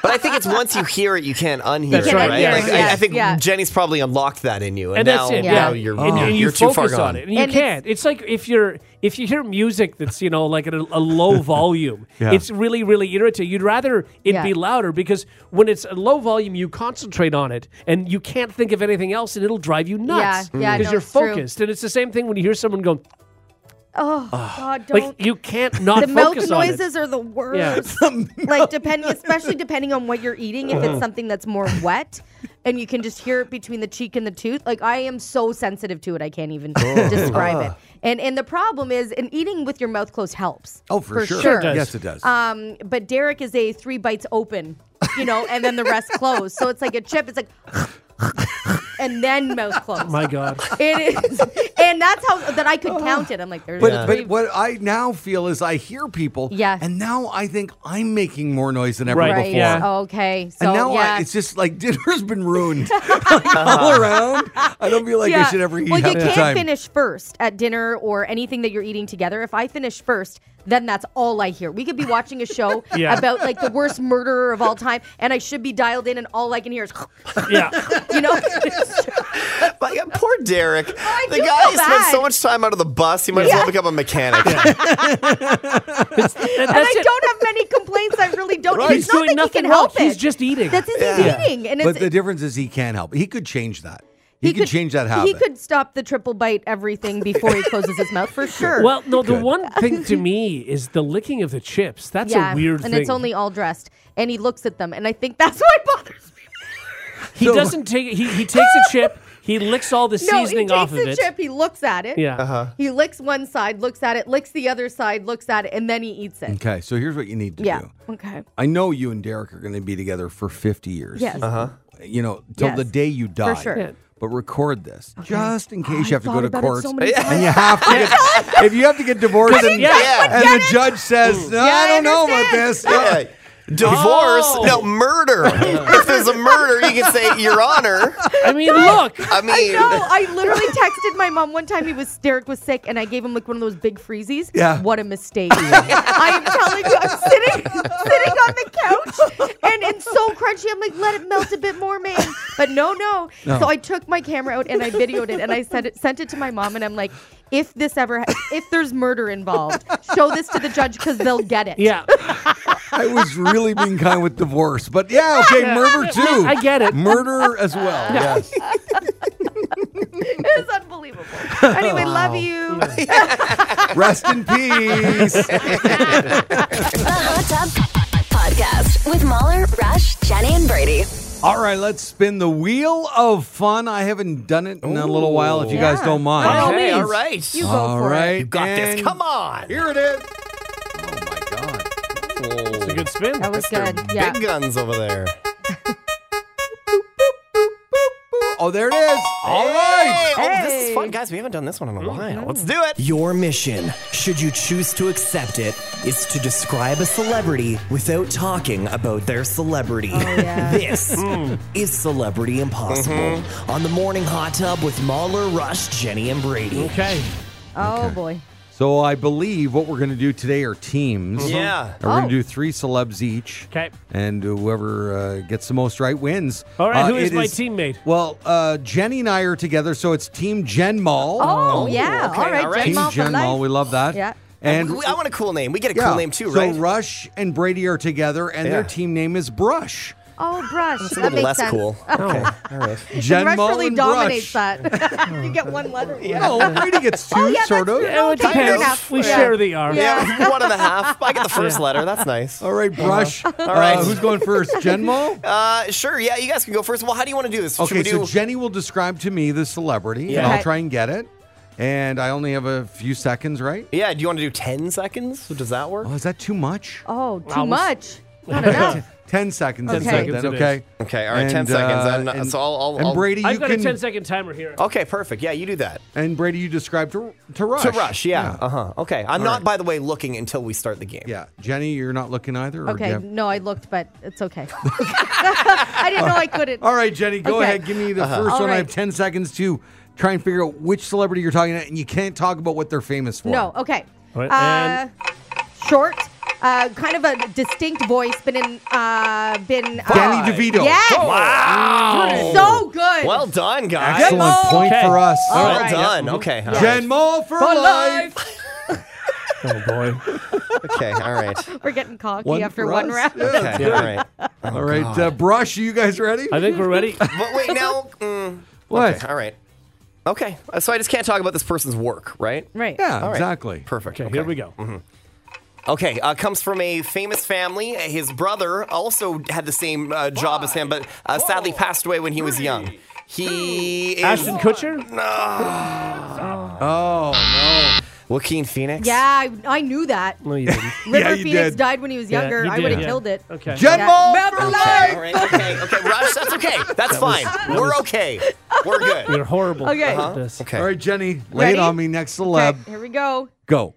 [SPEAKER 3] But I think it's once you hear it, you can't unhear
[SPEAKER 4] That's
[SPEAKER 3] it,
[SPEAKER 4] right,
[SPEAKER 3] right?
[SPEAKER 4] yeah,
[SPEAKER 3] Like, I,
[SPEAKER 5] yeah,
[SPEAKER 3] I think
[SPEAKER 5] yeah.
[SPEAKER 3] Jenny's probably unlocked that in you, and,
[SPEAKER 4] And
[SPEAKER 3] now,
[SPEAKER 4] that's it. Uh-huh.
[SPEAKER 5] Yeah.
[SPEAKER 3] now you're,
[SPEAKER 4] and, and you
[SPEAKER 3] you're too far
[SPEAKER 4] focus
[SPEAKER 3] gone.
[SPEAKER 4] on it, and you
[SPEAKER 5] And it's-
[SPEAKER 4] can't. It's, like if you're if you hear music that's you know like at a, a
[SPEAKER 3] (laughs)
[SPEAKER 4] low volume,
[SPEAKER 2] Yeah.
[SPEAKER 4] it's really really irritating. You'd rather it
[SPEAKER 5] Yeah.
[SPEAKER 4] be louder because when it's a low volume, you concentrate on it and you can't think of anything else, and it'll drive you nuts
[SPEAKER 5] Yeah, yeah, no,
[SPEAKER 4] you're
[SPEAKER 5] it's true.
[SPEAKER 4] focused. And it's the same thing when you hear someone going
[SPEAKER 5] oh god, don't
[SPEAKER 4] like you can't not
[SPEAKER 5] (laughs) the milk
[SPEAKER 4] focus on it.
[SPEAKER 5] noises are the
[SPEAKER 4] Yeah.
[SPEAKER 2] (laughs)
[SPEAKER 5] worst. like depending especially depending on what you're eating, if
[SPEAKER 2] Uh-huh.
[SPEAKER 5] it's something that's more wet and you can just hear it between the cheek and the tooth. Like I am so sensitive to it I can't even
[SPEAKER 2] Oh.
[SPEAKER 5] (laughs) describe it. And and the problem is and eating with your mouth closed helps.
[SPEAKER 2] oh, for, sure.
[SPEAKER 4] It does.
[SPEAKER 2] Yes, it does.
[SPEAKER 5] Um, but Derek is a three bites open, you know, and then the
[SPEAKER 2] (laughs)
[SPEAKER 5] rest closed. So it's like a chip. It's like, (laughs) and then mouth closed.
[SPEAKER 4] Oh My God.
[SPEAKER 5] It is, and that's how that I could count it. I'm like, there's
[SPEAKER 2] Oh. But
[SPEAKER 5] a three.
[SPEAKER 2] but what I now feel is I hear people,
[SPEAKER 5] Yeah.
[SPEAKER 2] and now I think I'm making more noise than ever
[SPEAKER 4] Right,
[SPEAKER 5] right?
[SPEAKER 2] before.
[SPEAKER 4] yeah.
[SPEAKER 5] Okay. Oh, So
[SPEAKER 2] And now uh,
[SPEAKER 5] yeah.
[SPEAKER 2] I, it's just like dinner's been
[SPEAKER 5] (laughs)
[SPEAKER 2] ruined (laughs) all around. I don't feel like I
[SPEAKER 5] Yeah.
[SPEAKER 2] should ever eat
[SPEAKER 5] well,
[SPEAKER 2] half
[SPEAKER 5] you
[SPEAKER 2] the
[SPEAKER 5] can't
[SPEAKER 2] time.
[SPEAKER 5] finish first at dinner or anything that you're eating together. If I finish first, then that's all I hear. We could be watching
[SPEAKER 2] (laughs)
[SPEAKER 5] a show
[SPEAKER 4] Yeah.
[SPEAKER 5] about like the worst murderer of all time, and I should be dialed in, and all I can hear is, (laughs)
[SPEAKER 3] (laughs)
[SPEAKER 4] yeah.
[SPEAKER 2] (laughs)
[SPEAKER 5] you know,
[SPEAKER 3] But yeah, poor Derek.
[SPEAKER 5] (laughs)
[SPEAKER 3] the
[SPEAKER 5] do
[SPEAKER 3] guy
[SPEAKER 5] feel
[SPEAKER 3] spent
[SPEAKER 5] bad.
[SPEAKER 3] so much time out of the bus, he might as well become a (laughs) mechanic.
[SPEAKER 4] That-
[SPEAKER 5] and
[SPEAKER 4] that's
[SPEAKER 5] I
[SPEAKER 4] it.
[SPEAKER 5] don't have many complaints. I really don't. And
[SPEAKER 4] He's
[SPEAKER 5] It's not
[SPEAKER 4] doing
[SPEAKER 5] that
[SPEAKER 4] nothing
[SPEAKER 5] he can
[SPEAKER 4] wrong.
[SPEAKER 5] help it.
[SPEAKER 4] He's just eating.
[SPEAKER 5] That's his
[SPEAKER 3] Yeah.
[SPEAKER 5] eating, and it's.
[SPEAKER 2] but the difference is he can't help. He could change that. He, could, change that habit.
[SPEAKER 5] He could stop the triple bite everything before he closes his
[SPEAKER 2] (laughs)
[SPEAKER 5] mouth for sure.
[SPEAKER 4] Well, no, the one thing to me is the licking of the chips. That's
[SPEAKER 5] yeah,
[SPEAKER 4] a weird
[SPEAKER 5] and
[SPEAKER 4] thing.
[SPEAKER 5] it's only all dressed, and he looks at them, and I think (laughs) that's what bothers me.
[SPEAKER 4] He
[SPEAKER 2] So-
[SPEAKER 4] doesn't take he he takes a chip, he licks all the
[SPEAKER 5] (laughs) No,
[SPEAKER 4] seasoning
[SPEAKER 5] he takes
[SPEAKER 4] off of
[SPEAKER 5] the
[SPEAKER 4] it.
[SPEAKER 5] chip, Uh-huh. he looks at it.
[SPEAKER 4] Yeah.
[SPEAKER 5] He licks one side, looks at it, licks the other side, looks at it, and then he eats it.
[SPEAKER 2] Okay, so here's what you need to
[SPEAKER 5] Yeah.
[SPEAKER 2] do.
[SPEAKER 5] Okay.
[SPEAKER 2] I know you and Derek are going to be together for 50 years.
[SPEAKER 5] Yes. Uh-huh.
[SPEAKER 2] You know, till
[SPEAKER 5] Yes.
[SPEAKER 2] the day you die.
[SPEAKER 5] sure. Yeah.
[SPEAKER 2] But record this just in case
[SPEAKER 5] I
[SPEAKER 2] you have to go
[SPEAKER 5] thought
[SPEAKER 2] to
[SPEAKER 5] about it
[SPEAKER 2] court.
[SPEAKER 5] so many times.
[SPEAKER 2] and you have to
[SPEAKER 5] (laughs)
[SPEAKER 2] get, if you have to get divorced and,
[SPEAKER 4] Yeah.
[SPEAKER 3] Yeah.
[SPEAKER 2] and the judge says, no,
[SPEAKER 5] Yeah,
[SPEAKER 2] I
[SPEAKER 5] I
[SPEAKER 2] don't know about
[SPEAKER 5] understand.
[SPEAKER 2] this.
[SPEAKER 3] Yeah. Divorce? No,
[SPEAKER 5] (laughs)
[SPEAKER 3] murder. if there's a murder, you can say, Your Honor.
[SPEAKER 4] I mean, look.
[SPEAKER 3] I
[SPEAKER 5] (laughs)
[SPEAKER 3] mean,
[SPEAKER 5] No, I literally texted my mom one time. He was Derek was sick, and I gave him like one of those big freezies.
[SPEAKER 2] Yeah.
[SPEAKER 5] What a (laughs) mistake! I am telling you, I'm sitting sitting on the couch, and it's so crunchy. I'm like, let it melt a bit more, man. But no, no. So I took my camera out and I videoed it, and I sent it, sent it to my mom, and I'm like, if this ever, ha- if there's murder involved, show this to the judge because they'll get it.
[SPEAKER 4] Yeah.
[SPEAKER 2] I was really being kind with divorce. But yeah, okay,
[SPEAKER 5] (laughs)
[SPEAKER 2] murder too.
[SPEAKER 4] I get it.
[SPEAKER 2] Murder as well. Yes.
[SPEAKER 5] (laughs) It's unbelievable. Anyway, love you.
[SPEAKER 2] Rest in peace.
[SPEAKER 1] The Hot Tub Podcast with Mahler, Rush, Jenny, and Brady.
[SPEAKER 2] All right, let's spin the wheel of fun. I haven't done it in a little while, if you guys
[SPEAKER 5] Yeah.
[SPEAKER 2] don't mind.
[SPEAKER 4] all
[SPEAKER 3] okay, all
[SPEAKER 4] means.
[SPEAKER 3] right.
[SPEAKER 5] You go
[SPEAKER 2] All
[SPEAKER 5] for
[SPEAKER 2] right.
[SPEAKER 5] it.
[SPEAKER 3] You got this.
[SPEAKER 2] and
[SPEAKER 3] Come on.
[SPEAKER 2] Here it is. Oh my god.
[SPEAKER 4] It's a good spin.
[SPEAKER 5] That was
[SPEAKER 3] They're
[SPEAKER 5] good. Yeah.
[SPEAKER 3] Big guns over there.
[SPEAKER 2] Oh, there it is. All right.
[SPEAKER 3] Oh, this is fun, guys. We haven't done this one in a
[SPEAKER 5] Mm-hmm.
[SPEAKER 3] while. Let's do it.
[SPEAKER 9] Your mission, should you choose to accept it, is to describe a celebrity without talking about their celebrity.
[SPEAKER 5] Oh,
[SPEAKER 9] (laughs)
[SPEAKER 5] yeah.
[SPEAKER 9] This
[SPEAKER 3] Hmm.
[SPEAKER 9] is Celebrity Impossible
[SPEAKER 3] Mm-hmm.
[SPEAKER 9] on the morning hot tub with Mahler, Rush, Jenny, and Brady.
[SPEAKER 3] Mm-hmm.
[SPEAKER 4] Okay.
[SPEAKER 5] Oh boy.
[SPEAKER 2] So I believe what we're going to do today are teams.
[SPEAKER 3] Yeah.
[SPEAKER 2] And We're going
[SPEAKER 5] Oh.
[SPEAKER 2] to do three celebs each.
[SPEAKER 4] 'Kay.
[SPEAKER 2] And whoever uh, gets the most right wins. Uh,
[SPEAKER 4] All right, who is
[SPEAKER 2] it
[SPEAKER 4] my teammate?
[SPEAKER 2] Well, uh, Jenny and I are together, so it's Team Jen Mall.
[SPEAKER 5] Oh, yeah.
[SPEAKER 3] okay,
[SPEAKER 5] all right.
[SPEAKER 3] all right.
[SPEAKER 5] Jen
[SPEAKER 2] Team
[SPEAKER 5] Mall for
[SPEAKER 2] Jen Mall.
[SPEAKER 5] life.
[SPEAKER 2] We love that.
[SPEAKER 5] Yeah.
[SPEAKER 2] And
[SPEAKER 3] We- I want a cool name. We get a
[SPEAKER 2] yeah.
[SPEAKER 3] cool name too, right?
[SPEAKER 2] So Rush and Brady are together, and their
[SPEAKER 3] Yeah.
[SPEAKER 2] team name is Brush.
[SPEAKER 5] Oh, brush.
[SPEAKER 3] It's a
[SPEAKER 5] that
[SPEAKER 3] little
[SPEAKER 5] makes
[SPEAKER 3] less
[SPEAKER 5] sense. (laughs)
[SPEAKER 3] cool. Okay, all right.
[SPEAKER 2] Jen
[SPEAKER 5] brush really
[SPEAKER 2] Mullen
[SPEAKER 5] dominates
[SPEAKER 2] Brush. (laughs)
[SPEAKER 5] that. (laughs) you get one letter.
[SPEAKER 3] Oh,
[SPEAKER 2] No, Brady
[SPEAKER 5] (laughs)
[SPEAKER 2] gets two,
[SPEAKER 5] yeah,
[SPEAKER 2] sort of.
[SPEAKER 5] that's- no,
[SPEAKER 4] it
[SPEAKER 5] that's
[SPEAKER 3] fair
[SPEAKER 4] depends.
[SPEAKER 5] enough.
[SPEAKER 4] We
[SPEAKER 5] Yeah.
[SPEAKER 4] share the R.
[SPEAKER 3] Yeah, (laughs) one and a half. I get
[SPEAKER 5] (laughs)
[SPEAKER 3] the first letter. That's nice.
[SPEAKER 2] All right, Brush. All
[SPEAKER 3] Uh-huh. right.
[SPEAKER 2] who's going
[SPEAKER 5] (laughs)
[SPEAKER 2] first? Jen Mull?
[SPEAKER 3] Uh, sure. Yeah, you guys can go first. Well, how do you want to do this? Should
[SPEAKER 2] Okay,
[SPEAKER 3] we do?
[SPEAKER 2] so Jenny will describe to me the celebrity, and
[SPEAKER 3] Yeah.
[SPEAKER 2] I'll
[SPEAKER 5] Okay.
[SPEAKER 2] try and get it. And I only have a few seconds, right?
[SPEAKER 3] yeah, do you want to do ten seconds? Does that work?
[SPEAKER 2] Oh, is that too much?
[SPEAKER 5] Oh, too
[SPEAKER 4] Wow, we'll
[SPEAKER 5] much. Not enough.
[SPEAKER 2] Ten seconds.
[SPEAKER 5] Ten
[SPEAKER 2] is
[SPEAKER 5] seconds
[SPEAKER 2] Then,
[SPEAKER 4] it is.
[SPEAKER 2] okay.
[SPEAKER 3] Okay, all right,
[SPEAKER 2] And,
[SPEAKER 3] 10 seconds.
[SPEAKER 2] uh,
[SPEAKER 3] And, uh, so I'll- I'll-
[SPEAKER 2] and
[SPEAKER 3] I'll-
[SPEAKER 2] Brady,
[SPEAKER 4] I've
[SPEAKER 2] you
[SPEAKER 4] got
[SPEAKER 2] can.
[SPEAKER 4] a 10 second timer here.
[SPEAKER 5] Oh,
[SPEAKER 4] (laughs)
[SPEAKER 3] Okay, perfect. Yeah, you do that.
[SPEAKER 2] and Brady, you described to, to Rush.
[SPEAKER 3] To rush, yeah. Uh huh. Okay. I'm not, by the way, looking until we start the game.
[SPEAKER 2] Yeah. Jenny, you're not looking either. or
[SPEAKER 5] Okay,
[SPEAKER 2] Jeff?
[SPEAKER 5] no, I looked, but it's
[SPEAKER 3] (laughs)
[SPEAKER 5] okay. I didn't know I couldn't.
[SPEAKER 2] All right, Jenny, go
[SPEAKER 5] Okay. Uh-huh.
[SPEAKER 2] ahead. Give me the first
[SPEAKER 5] All
[SPEAKER 2] one. I
[SPEAKER 5] right.
[SPEAKER 2] have ten seconds to try and figure out which celebrity you're talking about, and you can't talk about what they're famous for.
[SPEAKER 5] No, okay.
[SPEAKER 4] All right,
[SPEAKER 5] Uh,
[SPEAKER 4] and-
[SPEAKER 5] short, uh, kind of a distinct voice, been in, uh, been. Uh,
[SPEAKER 2] Danny DeVito.
[SPEAKER 5] Yes!
[SPEAKER 3] Oh, Wow.
[SPEAKER 5] So good.
[SPEAKER 3] Well done, guys.
[SPEAKER 2] Excellent
[SPEAKER 5] Jen Mo.
[SPEAKER 2] point
[SPEAKER 4] Okay.
[SPEAKER 2] for us.
[SPEAKER 5] All
[SPEAKER 3] Well
[SPEAKER 5] right.
[SPEAKER 3] done. Okay. all
[SPEAKER 2] Jen
[SPEAKER 3] right.
[SPEAKER 2] Mall for,
[SPEAKER 5] For
[SPEAKER 2] life.
[SPEAKER 5] life.
[SPEAKER 4] Oh, boy.
[SPEAKER 3] Okay. All right.
[SPEAKER 5] We're getting cocky
[SPEAKER 2] One
[SPEAKER 5] after
[SPEAKER 2] for
[SPEAKER 5] one
[SPEAKER 2] us.
[SPEAKER 5] round.
[SPEAKER 2] Yeah.
[SPEAKER 3] Okay. All right.
[SPEAKER 2] All right, uh, Brush, you guys ready?
[SPEAKER 4] I think we're
[SPEAKER 5] (laughs)
[SPEAKER 4] ready.
[SPEAKER 3] But wait, now. mm,
[SPEAKER 2] What?
[SPEAKER 3] okay, all right. Okay. uh, So I just can't talk about this person's work, right?
[SPEAKER 5] Right.
[SPEAKER 2] Yeah,
[SPEAKER 3] All right.
[SPEAKER 2] exactly.
[SPEAKER 3] Perfect.
[SPEAKER 4] Okay, here we go.
[SPEAKER 5] Mm-hmm.
[SPEAKER 3] Okay, uh, comes from a famous family. Uh, His brother also had the same uh, job as him, but uh, sadly passed away when he was young. He is
[SPEAKER 4] Ashton
[SPEAKER 5] (laughs)
[SPEAKER 4] Kutcher?
[SPEAKER 2] Oh no!
[SPEAKER 3] Joaquin Phoenix.
[SPEAKER 5] Yeah, I, I knew that.
[SPEAKER 4] No, you didn't.
[SPEAKER 5] River
[SPEAKER 2] you
[SPEAKER 5] Phoenix
[SPEAKER 2] did.
[SPEAKER 5] died when he was younger.
[SPEAKER 4] you
[SPEAKER 5] I
[SPEAKER 4] did.
[SPEAKER 5] would have
[SPEAKER 4] Yeah.
[SPEAKER 5] killed it.
[SPEAKER 4] Okay.
[SPEAKER 2] Jen
[SPEAKER 5] Yeah.
[SPEAKER 2] Mall
[SPEAKER 5] Remember
[SPEAKER 2] for
[SPEAKER 5] life.
[SPEAKER 3] All right, okay, okay, Rush, that's okay. That's fine. We're okay. We're good.
[SPEAKER 4] You're horrible
[SPEAKER 5] Okay.
[SPEAKER 4] at
[SPEAKER 5] Uh-huh.
[SPEAKER 4] this.
[SPEAKER 3] Okay.
[SPEAKER 2] All right, Jenny, lay it
[SPEAKER 5] Ready?
[SPEAKER 2] on me. Next celeb,
[SPEAKER 5] Okay, here we go.
[SPEAKER 2] go.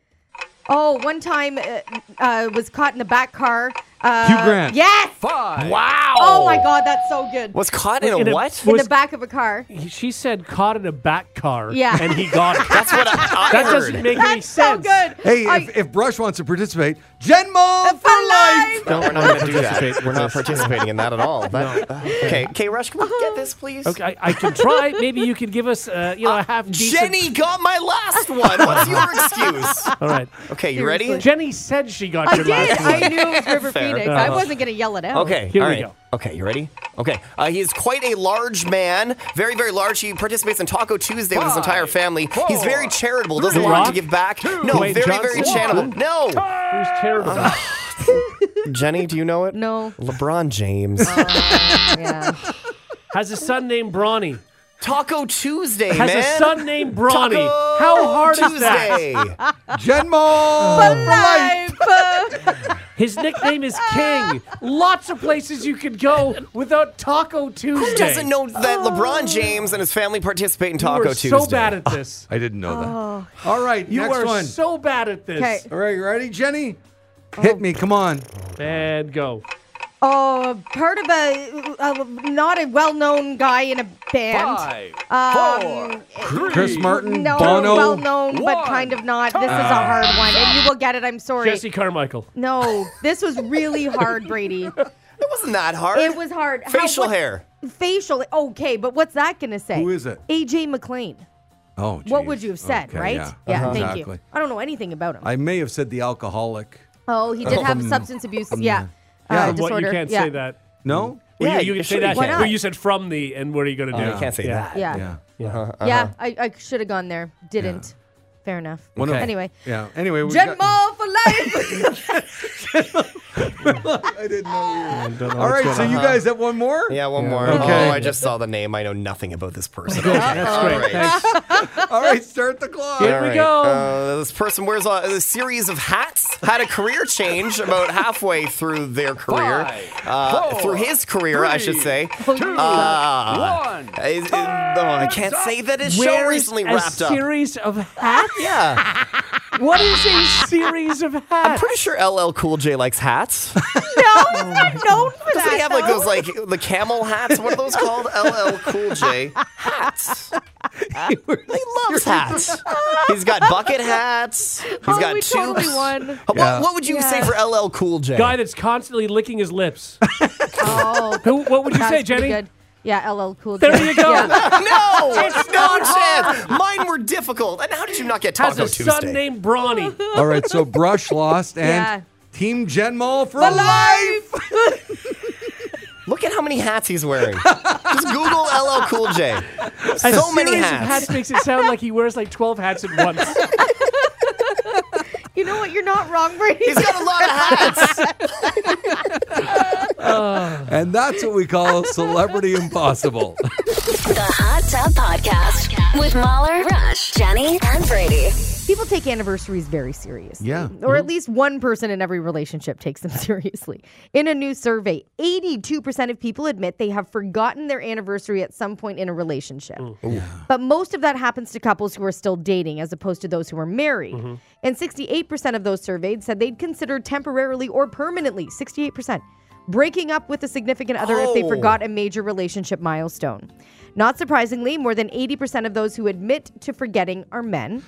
[SPEAKER 5] Oh, one time uh, uh, was caught in the back car. Uh,
[SPEAKER 2] Hugh Grant.
[SPEAKER 5] Yes.
[SPEAKER 3] Wow.
[SPEAKER 5] Oh my God, that's so good.
[SPEAKER 3] Was caught in a
[SPEAKER 4] In a-
[SPEAKER 3] what?
[SPEAKER 5] in
[SPEAKER 4] was-
[SPEAKER 5] the back of a car.
[SPEAKER 4] He- She said caught in a back car.
[SPEAKER 5] Yeah.
[SPEAKER 4] And he got
[SPEAKER 5] (laughs)
[SPEAKER 4] it.
[SPEAKER 3] That's what I, I
[SPEAKER 4] (laughs) that
[SPEAKER 3] heard.
[SPEAKER 4] doesn't make any
[SPEAKER 5] That's so
[SPEAKER 4] sense.
[SPEAKER 5] good.
[SPEAKER 2] Hey,
[SPEAKER 5] I-
[SPEAKER 2] if, if Brush wants to participate, Jen Mall for,
[SPEAKER 5] for
[SPEAKER 2] life.
[SPEAKER 5] life.
[SPEAKER 3] No, we're not going to do that. We're not participating in that at all. That- (laughs) Okay, okay, Rush, can we
[SPEAKER 5] Uh-huh.
[SPEAKER 3] get this, please?
[SPEAKER 4] Okay, I, I can try. Maybe you could give us, uh, you know, a half decent.
[SPEAKER 3] Jenny got my last one. What's your
[SPEAKER 4] (laughs)
[SPEAKER 3] excuse?
[SPEAKER 4] All right.
[SPEAKER 3] Ah, Okay, you ready?
[SPEAKER 5] Seriously.
[SPEAKER 4] Jenny said she got
[SPEAKER 5] I
[SPEAKER 4] your
[SPEAKER 5] did.
[SPEAKER 4] last one.
[SPEAKER 5] I knew it was River
[SPEAKER 3] Fair.
[SPEAKER 5] Phoenix. I wasn't gonna yell it out.
[SPEAKER 3] Okay,
[SPEAKER 4] Here
[SPEAKER 3] all
[SPEAKER 4] we
[SPEAKER 3] right.
[SPEAKER 4] go.
[SPEAKER 3] Okay, you ready? Okay, uh, he is quite a large man, very, very large. He participates in Taco Tuesday with his entire family. He's very charitable, doesn't
[SPEAKER 4] The
[SPEAKER 3] want to
[SPEAKER 4] Rock,
[SPEAKER 3] give back. no,
[SPEAKER 4] Dwayne
[SPEAKER 3] very, very
[SPEAKER 4] Johnson,
[SPEAKER 3] charitable.
[SPEAKER 4] one.
[SPEAKER 3] No,
[SPEAKER 4] Who's terrible?
[SPEAKER 5] (laughs)
[SPEAKER 3] Jenny, do you know it?
[SPEAKER 5] No. Uh.
[SPEAKER 3] LeBron James.
[SPEAKER 5] (laughs) Yeah.
[SPEAKER 4] Has a son named Brawny.
[SPEAKER 3] Taco Tuesday,
[SPEAKER 4] Has
[SPEAKER 3] man.
[SPEAKER 4] a son named Brawny.
[SPEAKER 3] Taco
[SPEAKER 4] How hard is that? (laughs)
[SPEAKER 3] Tuesday.
[SPEAKER 2] Jen Mall for life.
[SPEAKER 5] Life.
[SPEAKER 4] His nickname is King. Lots of places you could go without Taco Tuesday. Oh.
[SPEAKER 3] Who doesn't know that LeBron James and his family participate in
[SPEAKER 4] You
[SPEAKER 3] Taco
[SPEAKER 4] are
[SPEAKER 3] Tuesday?
[SPEAKER 4] so bad at
[SPEAKER 5] (laughs)
[SPEAKER 4] this.
[SPEAKER 2] I didn't know
[SPEAKER 5] Oh.
[SPEAKER 2] that. All right,
[SPEAKER 4] You
[SPEAKER 2] next
[SPEAKER 4] are
[SPEAKER 2] one.
[SPEAKER 4] so bad at this.
[SPEAKER 5] Okay.
[SPEAKER 2] All right, you ready, Jenny? Hit me, come on.
[SPEAKER 4] And go.
[SPEAKER 5] Oh, part of a, a not a well-known guy in a band. Um,
[SPEAKER 2] Chris Martin,
[SPEAKER 5] no,
[SPEAKER 2] Bono.
[SPEAKER 5] well-known, but kind of not. This is a hard one, and you will get it. I'm sorry.
[SPEAKER 4] Jesse Carmichael.
[SPEAKER 5] No, this was really
[SPEAKER 4] (laughs)
[SPEAKER 5] hard, Brady.
[SPEAKER 3] It wasn't that hard.
[SPEAKER 5] It was hard. How-
[SPEAKER 3] facial
[SPEAKER 5] what-
[SPEAKER 3] hair.
[SPEAKER 5] Facial. Okay, but what's that gonna say?
[SPEAKER 2] Who is it?
[SPEAKER 5] AJ McLean.
[SPEAKER 2] oh,
[SPEAKER 5] What
[SPEAKER 2] geez.
[SPEAKER 5] would you have said,
[SPEAKER 2] Okay,
[SPEAKER 5] right?
[SPEAKER 2] Yeah,
[SPEAKER 5] thank
[SPEAKER 2] exactly.
[SPEAKER 5] you. I don't know anything about him.
[SPEAKER 2] I may have said the alcoholic.
[SPEAKER 5] oh, he did have
[SPEAKER 2] Um,
[SPEAKER 5] substance abuse. yeah.
[SPEAKER 2] yeah.
[SPEAKER 5] Uh,
[SPEAKER 2] From
[SPEAKER 4] What,
[SPEAKER 5] disorder.
[SPEAKER 4] you can't
[SPEAKER 5] yeah.
[SPEAKER 4] say that.
[SPEAKER 5] Mm.
[SPEAKER 2] No.
[SPEAKER 4] Well,
[SPEAKER 3] Yeah,
[SPEAKER 4] you, you
[SPEAKER 3] you
[SPEAKER 4] can say
[SPEAKER 3] sure you Oh,
[SPEAKER 4] that.
[SPEAKER 5] can. Why
[SPEAKER 4] But
[SPEAKER 5] not?
[SPEAKER 4] you said from the, and what are you going to do?
[SPEAKER 3] you can't say that. Uh-huh.
[SPEAKER 5] Yeah.
[SPEAKER 2] Yeah.
[SPEAKER 5] Yeah, I, I should have gone there. Didn't. Fair enough.
[SPEAKER 2] One of-
[SPEAKER 5] Anyway.
[SPEAKER 2] Yeah. Anyway, we
[SPEAKER 5] Jen
[SPEAKER 2] got-
[SPEAKER 5] Mall for life.
[SPEAKER 2] I didn't know you. All right, so you guys have one more?
[SPEAKER 3] Yeah, one more.
[SPEAKER 2] Okay.
[SPEAKER 3] Oh, I just saw the name. I know nothing about
[SPEAKER 4] (laughs)
[SPEAKER 3] this person.
[SPEAKER 4] That's great. Thanks.
[SPEAKER 2] All right, start the clock.
[SPEAKER 4] Here we go.
[SPEAKER 3] Uh, this person wears a, a series of hats. Had a career change about halfway through their career, uh, through his career, I should say. Uh, is- is- oh, I can't say that his show
[SPEAKER 4] Wears
[SPEAKER 3] recently
[SPEAKER 4] a
[SPEAKER 3] wrapped up.
[SPEAKER 4] series of hats?
[SPEAKER 3] Yeah,
[SPEAKER 4] What is a series
[SPEAKER 5] (laughs)
[SPEAKER 4] of
[SPEAKER 3] I'm
[SPEAKER 4] hats?
[SPEAKER 3] pretty sure LL Cool J likes hats.
[SPEAKER 4] Oh
[SPEAKER 5] Known for that.
[SPEAKER 3] Doesn't he have like
[SPEAKER 5] though.
[SPEAKER 3] those like the camel hats? What are those called? LL Cool J
[SPEAKER 4] (laughs)
[SPEAKER 3] hats. He loves hats. He's got bucket hats. He's
[SPEAKER 5] Oh,
[SPEAKER 3] got
[SPEAKER 5] we
[SPEAKER 3] tubes.
[SPEAKER 5] totally won.
[SPEAKER 3] (laughs) What,
[SPEAKER 2] Yeah.
[SPEAKER 3] what would you say for LL Cool J?
[SPEAKER 4] Guy that's constantly licking his lips.
[SPEAKER 5] Oh,
[SPEAKER 4] Who, what would you
[SPEAKER 5] that's
[SPEAKER 4] say, Jenny?
[SPEAKER 5] pretty Good. Yeah, LL Cool J.
[SPEAKER 4] There you go.
[SPEAKER 3] (laughs) no, it's no chance. Mine were difficult. And how did you not get
[SPEAKER 4] Has
[SPEAKER 3] Taco
[SPEAKER 4] a
[SPEAKER 3] Tuesday?
[SPEAKER 4] son named
[SPEAKER 5] (laughs)
[SPEAKER 4] Brawny.
[SPEAKER 2] All right, so Brush lost and
[SPEAKER 5] Yeah.
[SPEAKER 2] Team Jen Mall for
[SPEAKER 5] For
[SPEAKER 2] life.
[SPEAKER 5] life.
[SPEAKER 3] Look at how many hats he's wearing. Just Google LL Cool J. So many
[SPEAKER 4] series of
[SPEAKER 3] hats.
[SPEAKER 4] makes it sound like he wears like 12 hats at
[SPEAKER 5] (laughs)
[SPEAKER 4] once.
[SPEAKER 5] You know what? You're not wrong, Brady.
[SPEAKER 3] He's got a lot of hats.
[SPEAKER 2] And that's what we call celebrity impossible.
[SPEAKER 1] The Hot Tub Podcast with Mahler, Rush, Jenny, and Brady.
[SPEAKER 5] People take anniversaries very seriously.
[SPEAKER 2] Yeah.
[SPEAKER 5] Or at least one person in every relationship takes them (laughs) seriously. In a new survey, 82% of people admit they have forgotten their anniversary at some point in a relationship. But most of that happens to couples who are still dating as opposed to those who are married. And 68% of those surveyed said they'd consider temporarily or permanently, 68%, breaking up with a significant other if they
[SPEAKER 3] Oh.
[SPEAKER 5] forgot a major relationship milestone. Not surprisingly, more than 80% of those who admit to forgetting are men.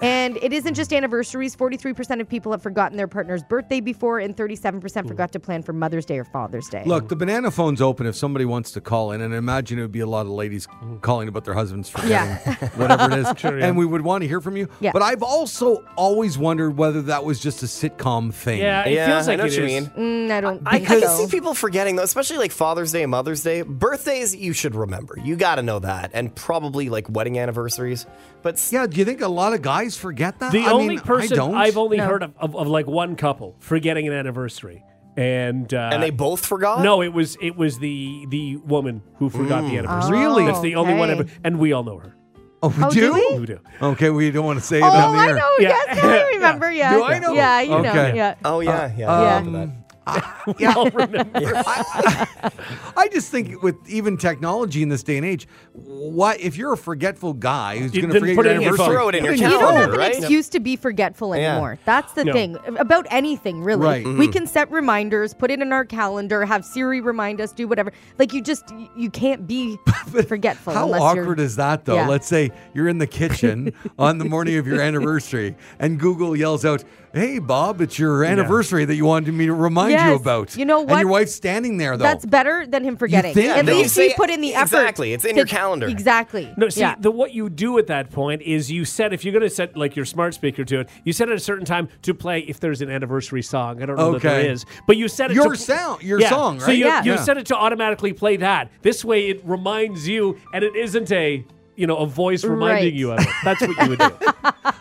[SPEAKER 5] And it isn't just anniversaries. 43% of people have forgotten their partner's birthday before, and 37% forgot to plan for Mother's Day or Father's Day.
[SPEAKER 2] Hmm. Look, the banana phone's open if somebody wants to call in, and I imagine it would be a lot of ladies calling about their husbands forgetting
[SPEAKER 5] Yeah.
[SPEAKER 2] whatever it is.
[SPEAKER 4] yeah.
[SPEAKER 2] And we would want to hear from you.
[SPEAKER 5] Yeah.
[SPEAKER 2] But I've also always wondered whether that was just a sitcom thing.
[SPEAKER 4] Yeah, it
[SPEAKER 3] yeah,
[SPEAKER 4] feels like
[SPEAKER 3] I know
[SPEAKER 4] it
[SPEAKER 3] what you
[SPEAKER 4] is.
[SPEAKER 3] mean.
[SPEAKER 5] Mm, I don't
[SPEAKER 3] I, I
[SPEAKER 5] think
[SPEAKER 3] can see
[SPEAKER 5] so.
[SPEAKER 3] people forgetting though, especially like Father's Day and Mother's Day. Birthdays, you should remember. You got to know that, and probably like wedding anniversaries. But s-
[SPEAKER 2] Yeah, do you think a lot of guys forget that?
[SPEAKER 4] The
[SPEAKER 2] I
[SPEAKER 4] only
[SPEAKER 2] mean, I
[SPEAKER 4] person
[SPEAKER 2] don't.
[SPEAKER 4] I've only
[SPEAKER 5] No.
[SPEAKER 4] heard of, of, of like one couple forgetting an anniversary, and uh,
[SPEAKER 3] and they both forgot.
[SPEAKER 4] no, it was it was the the woman who forgot
[SPEAKER 3] Mm.
[SPEAKER 4] the anniversary.
[SPEAKER 2] Really?
[SPEAKER 4] that's the only one
[SPEAKER 5] Oh, okay.
[SPEAKER 4] ever, and we all know her.
[SPEAKER 2] oh, we
[SPEAKER 5] Oh,
[SPEAKER 2] do?
[SPEAKER 5] do we?
[SPEAKER 4] We do.
[SPEAKER 2] Okay, we don't want to say it
[SPEAKER 5] Oh,
[SPEAKER 2] on the
[SPEAKER 5] I
[SPEAKER 2] air.
[SPEAKER 5] know.
[SPEAKER 4] Yeah.
[SPEAKER 5] Yes,
[SPEAKER 2] (laughs)
[SPEAKER 5] I remember. Yeah.
[SPEAKER 2] Do I know?
[SPEAKER 5] Yeah, you know.
[SPEAKER 2] Okay. Uh,
[SPEAKER 5] Yeah.
[SPEAKER 3] Oh yeah, yeah.
[SPEAKER 5] yeah.
[SPEAKER 3] I remember that.
[SPEAKER 4] We all
[SPEAKER 3] (laughs)
[SPEAKER 4] remember.
[SPEAKER 2] I just think with even technology in this day and age, why if you're a forgetful guy who's
[SPEAKER 4] You
[SPEAKER 2] going to forget
[SPEAKER 4] didn't put
[SPEAKER 2] your
[SPEAKER 4] it in your
[SPEAKER 2] anniversary,
[SPEAKER 4] phone.
[SPEAKER 3] Throw it in your
[SPEAKER 2] put
[SPEAKER 5] You
[SPEAKER 2] phone,
[SPEAKER 5] don't
[SPEAKER 3] calendar,
[SPEAKER 5] have an
[SPEAKER 3] right?
[SPEAKER 5] excuse to be forgetful
[SPEAKER 3] Yeah.
[SPEAKER 5] anymore. That's the
[SPEAKER 4] No.
[SPEAKER 5] thing about anything, really.
[SPEAKER 2] Right. Mm-hmm.
[SPEAKER 5] We can set reminders, put it in our calendar, have Siri remind us, do whatever. Like you just you
[SPEAKER 2] (laughs)
[SPEAKER 5] can't be forgetful.
[SPEAKER 2] How
[SPEAKER 5] unless
[SPEAKER 2] awkward
[SPEAKER 5] you're,
[SPEAKER 2] is that, though?
[SPEAKER 5] Yeah.
[SPEAKER 2] Let's say you're in the
[SPEAKER 5] (laughs)
[SPEAKER 2] kitchen on the morning of your anniversary, and Google yells out, "Hey, Bob, it's your anniversary that you wanted me to remind you
[SPEAKER 5] Yes.
[SPEAKER 2] about."
[SPEAKER 5] You know
[SPEAKER 2] And
[SPEAKER 5] what?
[SPEAKER 2] your wife's standing there, though.
[SPEAKER 5] That's better than him forgetting.
[SPEAKER 2] think?
[SPEAKER 5] At
[SPEAKER 2] No.
[SPEAKER 5] least
[SPEAKER 3] You
[SPEAKER 5] he
[SPEAKER 3] say-
[SPEAKER 5] put in the effort.
[SPEAKER 3] Exactly. It's in your
[SPEAKER 5] to-
[SPEAKER 3] calendar.
[SPEAKER 5] Exactly.
[SPEAKER 4] No, see,
[SPEAKER 5] Yeah.
[SPEAKER 4] the what you do at that point is you set if you're going to set like your smart speaker to it, you set it at a certain time to play if there's an anniversary song. I don't know that
[SPEAKER 2] Okay.
[SPEAKER 4] there is, but you set it
[SPEAKER 2] Your
[SPEAKER 4] to,
[SPEAKER 2] sound- your
[SPEAKER 4] Yeah,
[SPEAKER 2] song,
[SPEAKER 4] So
[SPEAKER 2] right?
[SPEAKER 4] you,
[SPEAKER 5] Yeah.
[SPEAKER 4] you
[SPEAKER 2] Yeah.
[SPEAKER 4] set it to automatically play that. This way, it reminds you, and it isn't a you know a voice reminding
[SPEAKER 5] Right.
[SPEAKER 4] you of it. That's what you would
[SPEAKER 5] (laughs)
[SPEAKER 4] do.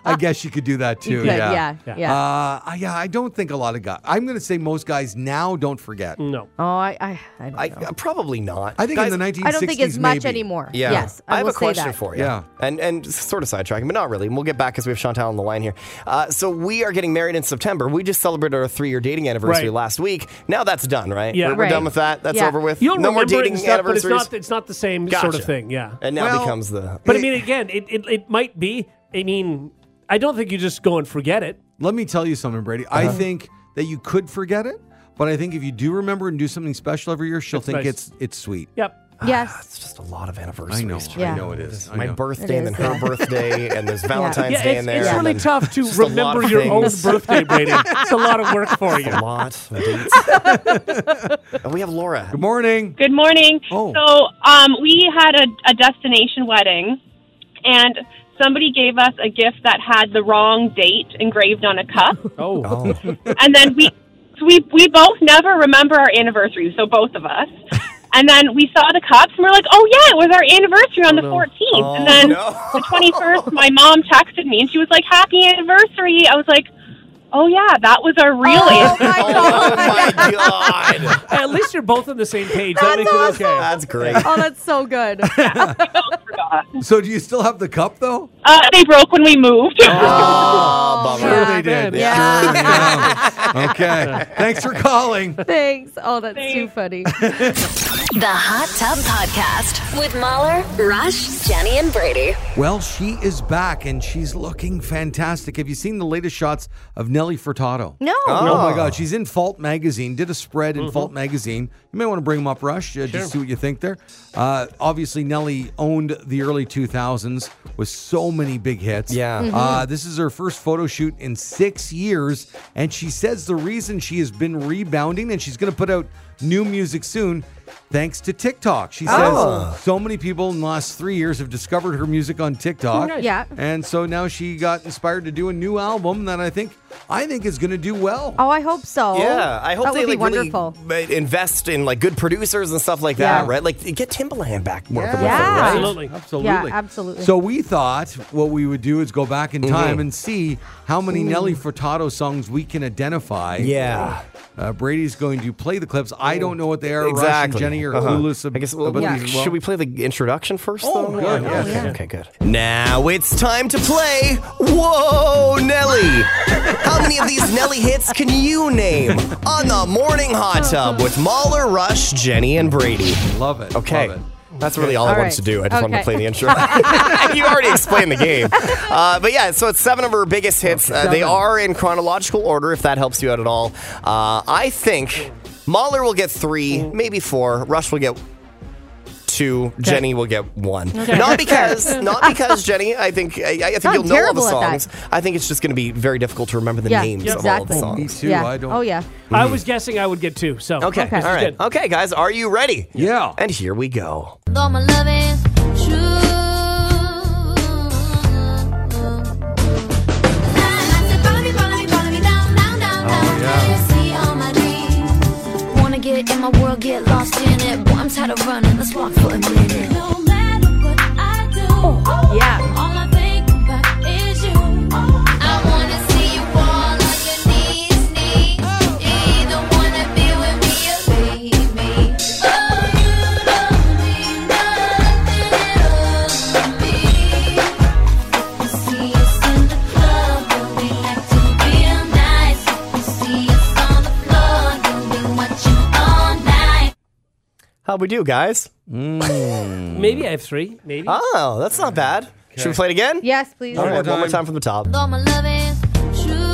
[SPEAKER 2] I guess you could do that too.
[SPEAKER 5] You could, yeah. Yeah.
[SPEAKER 2] Uh, I- yeah, I don't think a lot of guys. I'm going to say most guys now don't forget.
[SPEAKER 4] No,
[SPEAKER 5] oh, I, I, I don't
[SPEAKER 3] I, uh,
[SPEAKER 5] know.
[SPEAKER 3] probably not.
[SPEAKER 2] I think
[SPEAKER 3] Guys,
[SPEAKER 2] in the 1960s,
[SPEAKER 5] I don't think it's much
[SPEAKER 2] maybe.
[SPEAKER 5] anymore.
[SPEAKER 3] Yeah.
[SPEAKER 5] Yes. I,
[SPEAKER 3] have
[SPEAKER 5] will
[SPEAKER 3] a question
[SPEAKER 5] say that.
[SPEAKER 3] for you.
[SPEAKER 2] Yeah.
[SPEAKER 3] And and sort of sidetracking, but not really. And we'll get back as we have Chantal on the line here. Uh, so we are getting married in September. We just celebrated our three-year dating anniversary
[SPEAKER 4] Right.
[SPEAKER 3] last week. Now that's done, right?
[SPEAKER 4] Yeah.
[SPEAKER 3] We're, we're
[SPEAKER 5] Right.
[SPEAKER 3] done with that. That's
[SPEAKER 5] Yeah.
[SPEAKER 3] over with.
[SPEAKER 4] you'll
[SPEAKER 3] no
[SPEAKER 4] remember
[SPEAKER 3] more
[SPEAKER 4] it
[SPEAKER 3] dating
[SPEAKER 4] and stuff, but it's
[SPEAKER 3] anniversaries.
[SPEAKER 4] not it's not the same sort of
[SPEAKER 3] Gotcha.
[SPEAKER 4] thing. Yeah,
[SPEAKER 3] and now
[SPEAKER 2] Well,
[SPEAKER 3] becomes the.
[SPEAKER 4] but I mean, again, it, it it might be. I mean, I don't think you just go and forget it.
[SPEAKER 2] Let me tell you something, Brady.
[SPEAKER 5] Uh-huh.
[SPEAKER 2] I think that you could forget it, but I think if you do remember and do something special every year, she'll
[SPEAKER 4] It's
[SPEAKER 2] think
[SPEAKER 4] nice.
[SPEAKER 2] it's it's sweet.
[SPEAKER 4] Yep.
[SPEAKER 5] Yes.
[SPEAKER 3] (laughs) it's just a lot of anniversaries.
[SPEAKER 2] I know.
[SPEAKER 5] Yeah.
[SPEAKER 2] I know it is. I
[SPEAKER 3] My
[SPEAKER 2] know.
[SPEAKER 3] birthday and
[SPEAKER 5] It
[SPEAKER 3] then
[SPEAKER 5] is,
[SPEAKER 3] her
[SPEAKER 5] (laughs) yeah.
[SPEAKER 3] birthday and there's Valentine's
[SPEAKER 4] Yeah,
[SPEAKER 3] Day
[SPEAKER 4] it's,
[SPEAKER 3] in there.
[SPEAKER 4] it's
[SPEAKER 3] and
[SPEAKER 4] really
[SPEAKER 3] then
[SPEAKER 4] tough to
[SPEAKER 3] (laughs) just a lot
[SPEAKER 4] remember
[SPEAKER 3] of
[SPEAKER 4] your own
[SPEAKER 3] things.
[SPEAKER 4] birthday,
[SPEAKER 3] (laughs)
[SPEAKER 4] Brady. It's a lot of work for you.
[SPEAKER 3] A lot of
[SPEAKER 5] (laughs)
[SPEAKER 3] dates. And we
[SPEAKER 4] (laughs)
[SPEAKER 3] have Laura.
[SPEAKER 2] Good morning.
[SPEAKER 7] Good morning.
[SPEAKER 2] Oh.
[SPEAKER 7] So um, we had a, a destination wedding, and somebody gave us a gift that had the wrong date engraved on a cup,
[SPEAKER 4] Oh,
[SPEAKER 7] and then we so we we both never remember our anniversary. So both
[SPEAKER 3] (laughs)
[SPEAKER 7] of us. And then we saw the cups, and we're like, "Oh yeah, it was our anniversary on the 14th."
[SPEAKER 3] Oh,
[SPEAKER 7] and then
[SPEAKER 3] no.
[SPEAKER 7] the 21st, my mom texted me, and she was like, "Happy anniversary!" I was like, "Oh yeah, that was our real
[SPEAKER 5] Oh
[SPEAKER 7] anniversary."
[SPEAKER 5] my
[SPEAKER 3] Oh
[SPEAKER 5] god.
[SPEAKER 3] my God.
[SPEAKER 4] (laughs) at least you're both on the same page. That makes it okay.
[SPEAKER 3] That's great.
[SPEAKER 5] Oh, that's
[SPEAKER 3] (laughs)
[SPEAKER 5] so good.
[SPEAKER 7] I forgot.
[SPEAKER 2] So do you still have the cup though?
[SPEAKER 7] Uh, they broke when we moved.
[SPEAKER 3] Oh, bummer.
[SPEAKER 2] Sure
[SPEAKER 5] Yeah.
[SPEAKER 2] they did.
[SPEAKER 5] Yeah.
[SPEAKER 2] Sure,
[SPEAKER 3] (laughs)
[SPEAKER 2] yeah. Okay. Thanks for calling.
[SPEAKER 5] Thanks. Oh, that's too
[SPEAKER 7] Thanks.
[SPEAKER 5] funny.
[SPEAKER 1] The Hot Tub Podcast with Mahler, Rush, Jenny, and Brady.
[SPEAKER 2] Well, she is back and she's looking fantastic. Have you seen the latest shots of Nelly Furtado?
[SPEAKER 5] No.
[SPEAKER 2] Oh my God, she's in Fault magazine. Did a spread in Fault magazine. You may want to bring them up, Rush, uh, just see what you think there. Uh, obviously, Nelly owned the early 2000s with so many big hits.
[SPEAKER 3] Yeah. Mhm.
[SPEAKER 2] Uh, this is her first photo shoot in six years, and she says the reason she has been rebounding and she's going to put out new music soon Thanks to TikTok. She says so many people in the last three years have discovered her music on TikTok.
[SPEAKER 5] Nice. Yeah.
[SPEAKER 2] And so now she got inspired to do a new album that I think I think is gonna do well.
[SPEAKER 5] Oh, I hope so.
[SPEAKER 3] Yeah, I hope
[SPEAKER 5] that
[SPEAKER 3] they
[SPEAKER 5] would be
[SPEAKER 3] like
[SPEAKER 5] wonderful.
[SPEAKER 3] really ma- invest in like good producers and stuff like that,
[SPEAKER 5] Yeah.
[SPEAKER 3] right? Like get Timbaland back working with
[SPEAKER 5] Yeah.
[SPEAKER 3] them, right?
[SPEAKER 4] Absolutely.
[SPEAKER 2] Absolutely.
[SPEAKER 5] Yeah, absolutely.
[SPEAKER 2] So we thought what we would do is go back
[SPEAKER 3] Mm-hmm.
[SPEAKER 2] in time and see how many
[SPEAKER 5] Mm.
[SPEAKER 2] Nelly Furtado songs we can identify.
[SPEAKER 3] Yeah.
[SPEAKER 2] Uh, Brady's going to play the clips. I don't know what they are. Rush and
[SPEAKER 3] Exactly.
[SPEAKER 2] Jenny are
[SPEAKER 3] Uh-huh.
[SPEAKER 2] clueless. ab-
[SPEAKER 3] I guess. Well,
[SPEAKER 2] about
[SPEAKER 3] yeah.
[SPEAKER 2] these as well.
[SPEAKER 3] Should we play the introduction first?
[SPEAKER 2] Oh,
[SPEAKER 3] though?
[SPEAKER 2] good.
[SPEAKER 3] Yeah,
[SPEAKER 2] Yeah.
[SPEAKER 3] Okay. Okay. Good. Now it's time to play. Whoa, Nelly! How many of these Nelly hits can you name on the morning hot tub with Mahler, Rush, Jenny, and Brady?
[SPEAKER 2] Love it.
[SPEAKER 3] Okay.
[SPEAKER 2] Love it.
[SPEAKER 3] That's really all, I
[SPEAKER 5] All
[SPEAKER 3] wanted
[SPEAKER 5] right.
[SPEAKER 3] to do. I just wanted to
[SPEAKER 5] Okay.
[SPEAKER 3] play the intro.
[SPEAKER 5] (laughs)
[SPEAKER 3] (laughs) you already explained the game. Uh, but yeah, so it's seven of her biggest hits. Uh, they are in chronological order, if that helps you out at all. Uh, I think Mahler will get three, maybe four. Rush will get two. Jenny will get one. Not
[SPEAKER 5] (laughs)
[SPEAKER 3] because, not because Jenny. I think I, I think
[SPEAKER 5] I'm
[SPEAKER 3] you'll know all the
[SPEAKER 5] terrible at that.
[SPEAKER 3] songs. I think it's just going to be very difficult to remember the
[SPEAKER 5] Yeah,
[SPEAKER 3] names of
[SPEAKER 5] exactly.
[SPEAKER 3] all the
[SPEAKER 2] Me
[SPEAKER 3] songs.
[SPEAKER 2] too.
[SPEAKER 5] yeah.
[SPEAKER 2] I don't.
[SPEAKER 5] Oh yeah.
[SPEAKER 4] I was guessing I would get two. So
[SPEAKER 3] Okay.
[SPEAKER 5] Okay.
[SPEAKER 3] All right. Okay, guys, are you ready?
[SPEAKER 2] Yeah.
[SPEAKER 3] And here we go.
[SPEAKER 8] Though my love is true. Wanna Get in my world, get lost in it. Boy, I'm tired of running. Let's walk for a minute. Oh, No matter what I do,
[SPEAKER 5] yeah.
[SPEAKER 8] all I think about is you. I wanna see you all on your knees, knees. You either wanna be with me or leave me. Oh, you don't mean nothing at all to me. See us in the club, we acting real nice. See us on the floor, we watching all night.
[SPEAKER 3] How'd we do, guys?
[SPEAKER 4] maybe I have three. Maybe.
[SPEAKER 3] Oh, that's not bad. Should we play it again?
[SPEAKER 5] Yes, please.
[SPEAKER 3] All right,
[SPEAKER 2] more
[SPEAKER 3] one more
[SPEAKER 2] time.
[SPEAKER 3] time from the top.
[SPEAKER 8] Though my love is true.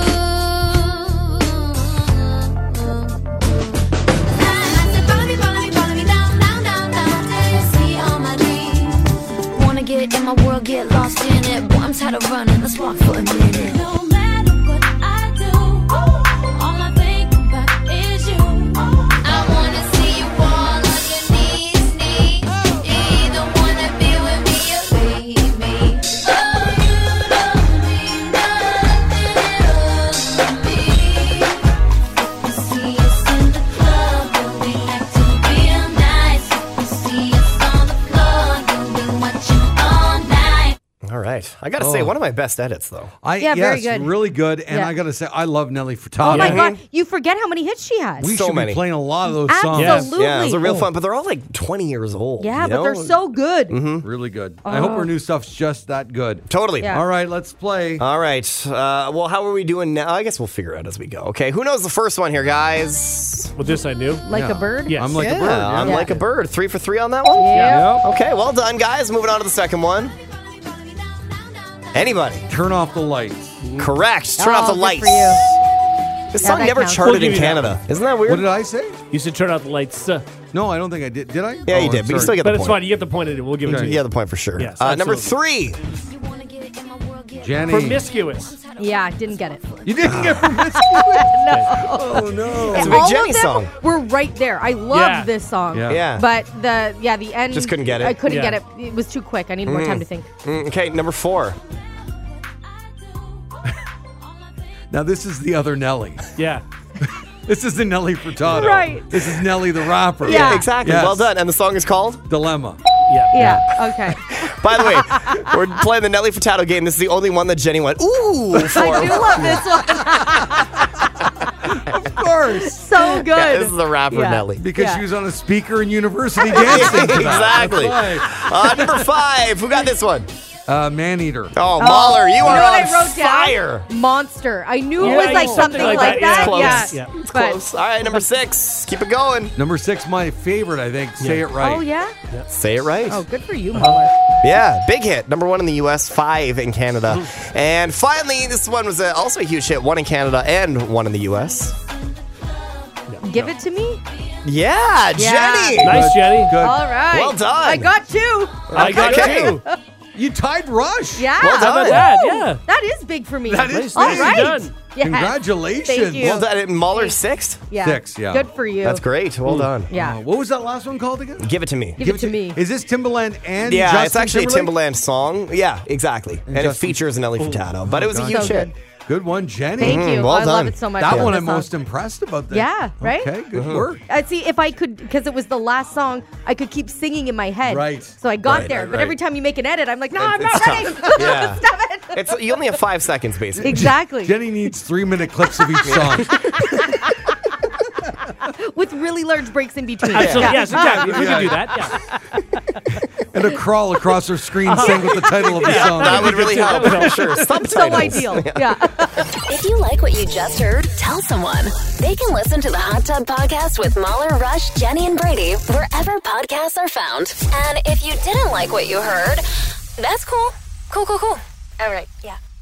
[SPEAKER 8] Wanna get in my world, get lost in it. Boy, I'm tired of running. Let's walk for a minute. No matter what I do, all I think about is you. I wanna see you all on your knees, knees. You either wanna be with me or leave me. Oh, you don't mean nothing at all to me. See us in the club, we acting real nice. See us on the floor, we watching all night.
[SPEAKER 3] All right. I got to say, one of my best edits, though.
[SPEAKER 2] I,
[SPEAKER 5] Yeah,
[SPEAKER 2] yes,
[SPEAKER 5] very good.
[SPEAKER 2] really good. And
[SPEAKER 5] Yeah.
[SPEAKER 2] I gotta say, I love Nelly Furtado.
[SPEAKER 5] Oh my god, you forget how many hits she has.
[SPEAKER 2] We
[SPEAKER 3] So
[SPEAKER 2] should
[SPEAKER 3] many.
[SPEAKER 2] be playing a lot of those songs.
[SPEAKER 5] Absolutely. Oh.
[SPEAKER 3] Yeah, those are real fun, but they're all like 20 years old.
[SPEAKER 5] Yeah,
[SPEAKER 3] you
[SPEAKER 5] but they're
[SPEAKER 3] know? Mm-hmm.
[SPEAKER 5] so good.
[SPEAKER 2] Really good. I hope
[SPEAKER 5] Oh.
[SPEAKER 2] her new stuff's just that good.
[SPEAKER 3] Totally.
[SPEAKER 5] Yeah.
[SPEAKER 2] All right, let's play.
[SPEAKER 3] All right. Uh, well, how are we doing now? I guess we'll figure out as we go. Okay. Who knows the first one here, guys?
[SPEAKER 4] Well, this I knew.
[SPEAKER 5] Like
[SPEAKER 2] Yeah.
[SPEAKER 5] a bird.
[SPEAKER 4] Yes.
[SPEAKER 2] I'm like a bird.
[SPEAKER 3] Yeah, I'm
[SPEAKER 5] Yeah. Oh.
[SPEAKER 3] like a bird. Three for three on that one?
[SPEAKER 5] Yeah.
[SPEAKER 3] Okay. Well done, guys. Moving on to the second one. Anybody?
[SPEAKER 2] Turn off the lights.
[SPEAKER 3] Correct. Turn off the
[SPEAKER 5] Oh, good for
[SPEAKER 3] lights. This
[SPEAKER 5] Yeah,
[SPEAKER 3] song
[SPEAKER 5] that
[SPEAKER 3] never
[SPEAKER 5] counts.
[SPEAKER 3] charted
[SPEAKER 4] We'll give
[SPEAKER 3] in
[SPEAKER 4] you that
[SPEAKER 3] Canada. Isn't that weird?
[SPEAKER 2] What did I say?
[SPEAKER 4] You should turn out the lights. uh,
[SPEAKER 2] No, I don't think I did. Did I?
[SPEAKER 3] yeah,
[SPEAKER 2] Oh,
[SPEAKER 3] you
[SPEAKER 2] I'm
[SPEAKER 3] did, but you
[SPEAKER 2] sorry.
[SPEAKER 3] still get the
[SPEAKER 4] but it's
[SPEAKER 3] point.
[SPEAKER 4] fine. You get the point in it. We'll give it to
[SPEAKER 2] Okay.
[SPEAKER 4] you.
[SPEAKER 3] You get the point for sure.
[SPEAKER 4] Yes,
[SPEAKER 3] uh, number
[SPEAKER 4] absolutely.
[SPEAKER 3] three.
[SPEAKER 8] You wanna get in my world, get
[SPEAKER 2] Jenny.
[SPEAKER 4] Promiscuous.
[SPEAKER 5] Yeah, didn't get it.
[SPEAKER 2] You didn't get
[SPEAKER 3] (laughs)
[SPEAKER 2] permission. Oh no.
[SPEAKER 3] It's a big
[SPEAKER 5] All
[SPEAKER 3] Jenny
[SPEAKER 5] of them
[SPEAKER 3] song.
[SPEAKER 5] were right there. I love
[SPEAKER 4] Yeah.
[SPEAKER 5] this song.
[SPEAKER 2] Yeah.
[SPEAKER 3] Yeah.
[SPEAKER 5] But the yeah, the end
[SPEAKER 3] Just couldn't get it.
[SPEAKER 5] I couldn't
[SPEAKER 4] Yeah.
[SPEAKER 5] get it. It was too quick. I need more time to think.
[SPEAKER 3] Mm, okay, number four.
[SPEAKER 2] Now this is the other Nelly.
[SPEAKER 4] Yeah.
[SPEAKER 2] This is the Nelly Furtado.
[SPEAKER 5] Right.
[SPEAKER 2] This is Nelly the rapper.
[SPEAKER 5] Yeah.
[SPEAKER 3] Exactly.
[SPEAKER 2] Yes.
[SPEAKER 3] Well done. And the song is called?
[SPEAKER 2] Dilemma.
[SPEAKER 4] Yeah.
[SPEAKER 5] Yeah.
[SPEAKER 3] (laughs)
[SPEAKER 5] Okay.
[SPEAKER 3] By the way,
[SPEAKER 5] (laughs)
[SPEAKER 3] we're playing the Nelly Furtado game. This is the only one that Jenny went, ooh, for.
[SPEAKER 5] I do love this one.
[SPEAKER 2] Of course.
[SPEAKER 5] So good.
[SPEAKER 3] (laughs) Yeah, this is the rapper
[SPEAKER 5] Yeah.
[SPEAKER 3] Nelly.
[SPEAKER 2] Because
[SPEAKER 5] Yeah.
[SPEAKER 2] she was on a speaker in
[SPEAKER 3] (laughs)
[SPEAKER 2] university dancing. to that.
[SPEAKER 3] Exactly.
[SPEAKER 2] That's right.
[SPEAKER 3] Uh, number five. Who got this one?
[SPEAKER 2] Uh, man eater.
[SPEAKER 3] Oh, Mahler, you,
[SPEAKER 5] You know
[SPEAKER 3] are
[SPEAKER 5] what
[SPEAKER 3] on
[SPEAKER 5] I wrote down?
[SPEAKER 3] fire.
[SPEAKER 5] Monster. I knew
[SPEAKER 4] Yeah,
[SPEAKER 5] it was
[SPEAKER 4] I
[SPEAKER 5] like
[SPEAKER 4] know.
[SPEAKER 5] something, like, that.
[SPEAKER 3] It's close.
[SPEAKER 5] Uh, Yeah.
[SPEAKER 4] Yeah.
[SPEAKER 3] It's
[SPEAKER 5] But-
[SPEAKER 3] close. All right, number six. Keep it going.
[SPEAKER 2] Number six, my favorite, I think. Say it right.
[SPEAKER 5] Oh yeah.
[SPEAKER 3] Say it right.
[SPEAKER 5] Oh, good for you, Mahler.
[SPEAKER 3] Yeah, big hit. Number one in the U.S., five in Canada.
[SPEAKER 5] Mm.
[SPEAKER 3] And finally, this one was uh, also a huge hit. One in Canada and one in the U.S.
[SPEAKER 5] Give it to me.
[SPEAKER 3] Yeah,
[SPEAKER 5] Yeah.
[SPEAKER 3] Jenny.
[SPEAKER 4] Nice, Jenny.
[SPEAKER 2] Good.
[SPEAKER 5] All right.
[SPEAKER 3] Well done.
[SPEAKER 5] I got two.
[SPEAKER 4] I got
[SPEAKER 3] Okay.
[SPEAKER 4] two.
[SPEAKER 2] You tied Rush.
[SPEAKER 5] Yeah.
[SPEAKER 3] Well done.
[SPEAKER 4] How about that? Yeah.
[SPEAKER 5] That is big for me.
[SPEAKER 2] That is
[SPEAKER 5] All
[SPEAKER 2] big.
[SPEAKER 5] right.
[SPEAKER 4] Done.
[SPEAKER 5] Yes.
[SPEAKER 2] Congratulations.
[SPEAKER 5] Thank you.
[SPEAKER 3] Well done. And Mahler's sixth?
[SPEAKER 5] Yeah.
[SPEAKER 2] Six, yeah.
[SPEAKER 5] Good for you.
[SPEAKER 3] That's great. Well done.
[SPEAKER 5] Yeah.
[SPEAKER 2] Uh, what was that last one called again?
[SPEAKER 3] Give it to me.
[SPEAKER 5] Give it to me.
[SPEAKER 2] Is this Timbaland and
[SPEAKER 3] Yeah,
[SPEAKER 2] Justin
[SPEAKER 3] it's actually a
[SPEAKER 2] Timberlake?
[SPEAKER 3] Timbaland song. Yeah, exactly. And, it
[SPEAKER 2] Justin-
[SPEAKER 3] features Nelly Furtado, but it was a
[SPEAKER 2] God.
[SPEAKER 3] huge
[SPEAKER 5] So
[SPEAKER 3] hit.
[SPEAKER 5] good.
[SPEAKER 2] Good one, Jenny.
[SPEAKER 5] Thank you.
[SPEAKER 3] well
[SPEAKER 5] I love
[SPEAKER 3] done.
[SPEAKER 5] it so much.
[SPEAKER 2] Mm-hmm. That
[SPEAKER 5] I love
[SPEAKER 2] one
[SPEAKER 5] the
[SPEAKER 2] I'm
[SPEAKER 5] song.
[SPEAKER 2] most impressed about. That.
[SPEAKER 5] Yeah, right?
[SPEAKER 2] Okay, good
[SPEAKER 3] Uh-huh.
[SPEAKER 2] work.
[SPEAKER 5] I see if I could, because it was the last song I could keep singing in my head.
[SPEAKER 2] Right.
[SPEAKER 5] So I got
[SPEAKER 3] Right,
[SPEAKER 5] there.
[SPEAKER 3] right,
[SPEAKER 5] But
[SPEAKER 3] right.
[SPEAKER 5] every time you make an edit, I'm like, no, I'm
[SPEAKER 3] it's
[SPEAKER 5] not ready. (laughs)
[SPEAKER 3] tough. Yeah.
[SPEAKER 5] Stop
[SPEAKER 3] (laughs)
[SPEAKER 5] it.
[SPEAKER 3] It's you only have five seconds basically.
[SPEAKER 5] Exactly.
[SPEAKER 2] Jenny needs three minute clips of each
[SPEAKER 3] (laughs)
[SPEAKER 2] song.
[SPEAKER 5] With really large breaks in between.
[SPEAKER 4] Absolutely.
[SPEAKER 5] Yeah.
[SPEAKER 4] Yes, exactly. If we could do that. Yeah.
[SPEAKER 2] and to crawl across her screen
[SPEAKER 5] Uh-huh.
[SPEAKER 2] sing with the title of the song.
[SPEAKER 3] That would really
[SPEAKER 4] That
[SPEAKER 3] help.
[SPEAKER 4] would help.
[SPEAKER 3] Sure. Subtitles.
[SPEAKER 5] So ideal. Yeah.
[SPEAKER 1] If you like what you just heard, tell someone. They can listen to the Hot Tub Podcast with Mahler, Rush, Jenny, and Brady wherever podcasts are found. And if you didn't like what you heard, that's cool. Cool, cool, cool. All right, yeah.